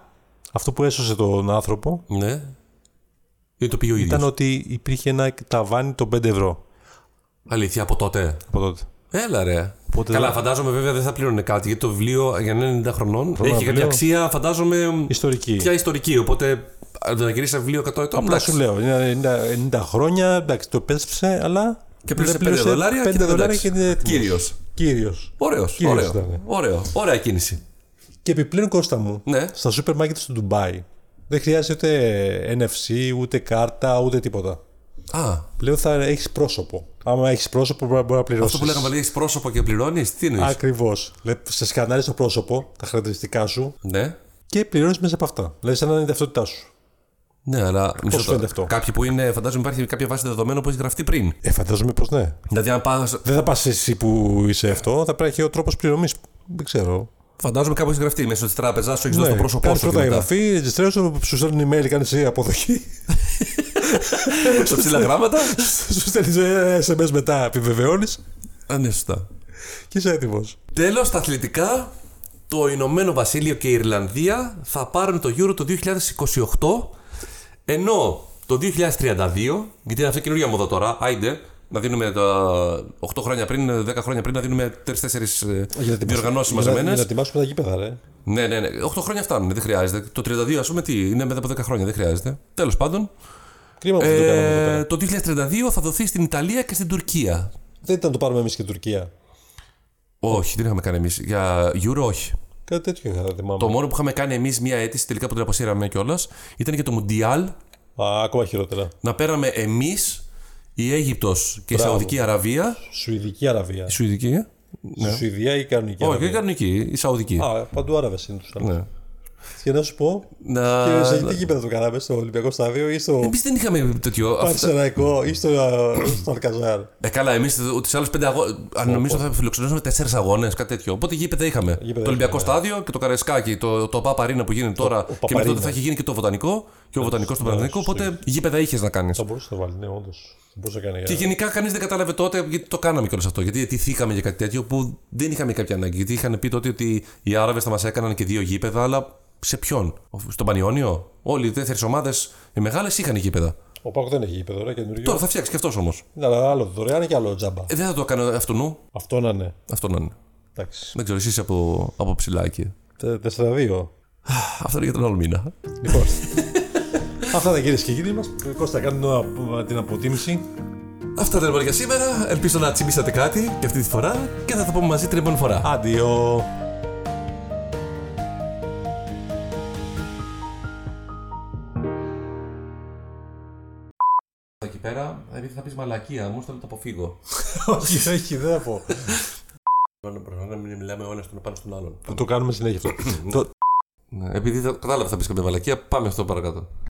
Speaker 2: Αυτό που έσωσε τον άνθρωπο
Speaker 1: Ναι.
Speaker 2: Ε,
Speaker 1: Ή το πήγε ο ίδιος.
Speaker 2: ήταν ότι υπήρχε ένα ταβάνι των 5 ευρώ
Speaker 1: Αλήθεια, από τότε.
Speaker 2: από τότε.
Speaker 1: Έλα ρε.
Speaker 2: Οπότε
Speaker 1: Καλά,
Speaker 2: δεν-
Speaker 1: φαντάζομαι βέβαια δεν θα πλήρωνε κάτι γιατί το βιβλίο για να είναι 90 χρονών έχει
Speaker 2: Πρώτα
Speaker 1: κάποια
Speaker 2: βιβλίο.
Speaker 1: αξία, φαντάζομαι.
Speaker 2: Ιστορική.
Speaker 1: Πια ιστορική. Οπότε αν το να γυρίσει ένα βιβλίο 100 ετών.
Speaker 2: Απλά
Speaker 1: εντάξει.
Speaker 2: σου λέω, είναι 90, 90 χρόνια, εντάξει, το πέσψε, αλλά.
Speaker 1: Και πλήρωσε 5 δολάρια.
Speaker 2: 5 δολάρια και είναι έτοιμος.
Speaker 1: Κύριος.
Speaker 2: Κύριος.
Speaker 1: Ωραίος.
Speaker 2: Κύριος ήταν.
Speaker 1: Ωραία κίνηση.
Speaker 2: Και επιπλέον Κώστα μου,
Speaker 1: Ναι.
Speaker 2: στα σούπερ μάρκετ του Ντουμπάι δεν χρειάζεται ούτε NFC, ούτε κάρτα, ούτε τίποτα.
Speaker 1: Α,
Speaker 2: Πλέον θα έχεις πρόσωπο. Άμα έχεις πρόσωπο, μπορεί μπορεί να πληρώσει.
Speaker 1: αυτό που λέγαμε λέει έχεις πρόσωπο και πληρώνεις, τι εννοείς.
Speaker 2: Ακριβώς. Σε σκανάρεις το πρόσωπο, τα χαρακτηριστικά σου
Speaker 1: Ναι.
Speaker 2: και πληρώνεις μέσα από αυτά. Δηλαδή, σαν να είναι η ταυτότητά σου.
Speaker 1: Ναι, αλλά μισό
Speaker 2: σου
Speaker 1: τώρα.
Speaker 2: φαίνεται αυτό?
Speaker 1: Κάποιοι που είναι, φαντάζομαι υπάρχει κάποια βάση δεδομένων που έχεις γραφτεί πριν.
Speaker 2: Ε, φαντάζομαι πως ναι.
Speaker 1: Δηλαδή, αν πας.
Speaker 2: Δεν θα πας εσύ που είσαι αυτό, θα πρέπει και ο τρόπος πληρωμής. Δεν ξέρω.
Speaker 1: Φαντάζομαι κάπου έχεις γραφτεί μέσω τη τράπεζα, σου έχεις δώσει
Speaker 2: Ναι,
Speaker 1: το πρόσωπό
Speaker 2: κάνεις
Speaker 1: σου. δηλαδή. και
Speaker 2: πρώτα
Speaker 1: μετά.
Speaker 2: εγγραφή, registration, σου στέλνουν email, κάνεις εσύ αποδοχή.
Speaker 1: Στα ψηλά γράμματα.
Speaker 2: σου στέλνει SMS μετά, επιβεβαιώνεις
Speaker 1: Α, ναι, σωστά.
Speaker 2: και είσαι έτοιμος.
Speaker 1: Τέλος, στα αθλητικά, το Ηνωμένο Βασίλειο και η Ιρλανδία θα πάρουν το Euro το 2028, ενώ το 2032, γιατί είναι αυτή η καινούργια μοδό τώρα, άιντε, να δίνουμε τα 8 χρόνια πριν, 10 χρόνια πριν, να δίνουμε ε, 4-4 διοργανώσεις
Speaker 2: Για να
Speaker 1: μαζεμένες.
Speaker 2: ετοιμάσουμε τα γήπεδα, ρε.
Speaker 1: Ναι, ναι, ναι. 8 χρόνια φτάνουν, δεν χρειάζεται. Το 32, ας πούμε, τι είναι μετά από 10 χρόνια, δεν χρειάζεται. Τέλος πάντων,
Speaker 2: Κρίμα που δεν το κάναμε εδώ πέρα.
Speaker 1: ε, το 2032 θα δοθεί στην Ιταλία και στην Τουρκία.
Speaker 2: Δεν ήταν να το πάρουμε εμείς και Τουρκία.
Speaker 1: Όχι, δεν είχαμε κάνει εμείς. Για Euro, όχι.
Speaker 2: Κάτι τέτοιο είχα δεν θυμάμαι.
Speaker 1: Το μόνο που είχαμε κάνει εμείς μία αίτηση τελικά που την αποσύραμε κιόλας ήταν και το Μουντιάλ
Speaker 2: Α, ακόμα χειρότερα.
Speaker 1: να πέραμε εμείς, η Αίγυπτος και η Σαουδική Αραβία.
Speaker 2: Σουηδική Αραβία.
Speaker 1: Η Σουηδική. ε?
Speaker 2: Σουηδία ή κανονική
Speaker 1: Όχι,
Speaker 2: Αραβία.
Speaker 1: η κανονική, η Σαουδική.
Speaker 2: Α, παντού Άραβες είναι τους Άραβε.
Speaker 1: Ναι.
Speaker 2: Και να σου πω.
Speaker 1: Να...
Speaker 2: και σε τι γήπεδα το κάναμε, στο Ολυμπιακό Στάδιο ή στο
Speaker 1: Εμείς δεν είχαμε τέτοιο. Αυτά...
Speaker 2: Παρσεραϊκό ή στο, α, στο Αλκαζάρ.
Speaker 1: Ε, καλά, εμείς του άλλους πέντε αγώνες. Αν νομίζω θα φιλοξενούσαμε τέσσερις αγώνες, κάτι τέτοιο. Οπότε γήπεδα είχαμε. το Ολυμπιακό Στάδιο και το Καρεσκάκι, το, το Παπαρίνα που γίνεται τώρα. και με
Speaker 2: Παπαρίνα.
Speaker 1: τότε θα έχει γίνει και το Βοτανικό και ο Βοτανικός στο Παναθηναϊκό. Οπότε γήπεδα είχες να κάνεις.
Speaker 2: Θα μπορούσε να το βάλει, ναι, όντως. Θα μπορούσε να κάνει. ε,
Speaker 1: Και γενικά κανείς δεν κατάλαβε τότε γιατί το κάναμε κιόλας αυτό. Γιατί αιτηθήκαμε για κάτι τέτοιο που δεν είχαμε κάποια ανάγκη. Γιατί είχαν πει τότε ότι οι Άραβες θα μας έκαναν και δύο γήπεδα, αλλά σε ποιον, στον Πανιόνιο. Όλοι οι τέσσερις ομάδες, οι μεγάλες, είχαν γήπεδα.
Speaker 2: Ο Πάκο δεν έχει γήπεδο, ρε, καινούριο.
Speaker 1: Τώρα θα φτιάξει κι αυτός όμως.
Speaker 2: Είναι αλλά άλλο δωρεάν και άλλο τζάμπα.
Speaker 1: Ε, δεν θα το έκανε αυτού νου.
Speaker 2: Αυτό να είναι.
Speaker 1: Αυτό να είναι.
Speaker 2: Εντάξει.
Speaker 1: Δεν ξέρω, εσύ είσαι από, από ψηλάκι.
Speaker 2: 4-2.
Speaker 1: Αυτό είναι για τον άλλο μήνα.
Speaker 2: Λοιπόν. Αυτά τα κυρίες και κύριοι μας. Κώστα, κάνουμε την αποτίμηση.
Speaker 1: Αυτά ήταν λοιπόν για σήμερα. Ελπίζω να τσιμήσατε κάτι και αυτή τη φορά και θα τα πούμε μαζί την επόμενη φορά.
Speaker 2: Αντίο.
Speaker 1: Εκεί πέρα, επειδή θα πεις μαλακία, μου θέλω να το αποφύγω.
Speaker 2: Όχι, όχι, δεν θα πω.
Speaker 1: Προσπαθώ να μην μιλάμε ο ένας τον πάνω στον άλλον.
Speaker 2: Το κάνουμε συνέχεια αυτό. Το-
Speaker 1: Ναι, επειδή θα- κατάλαβα θα πεις κάποια μαλακία, πάμε αυτό παρακάτω.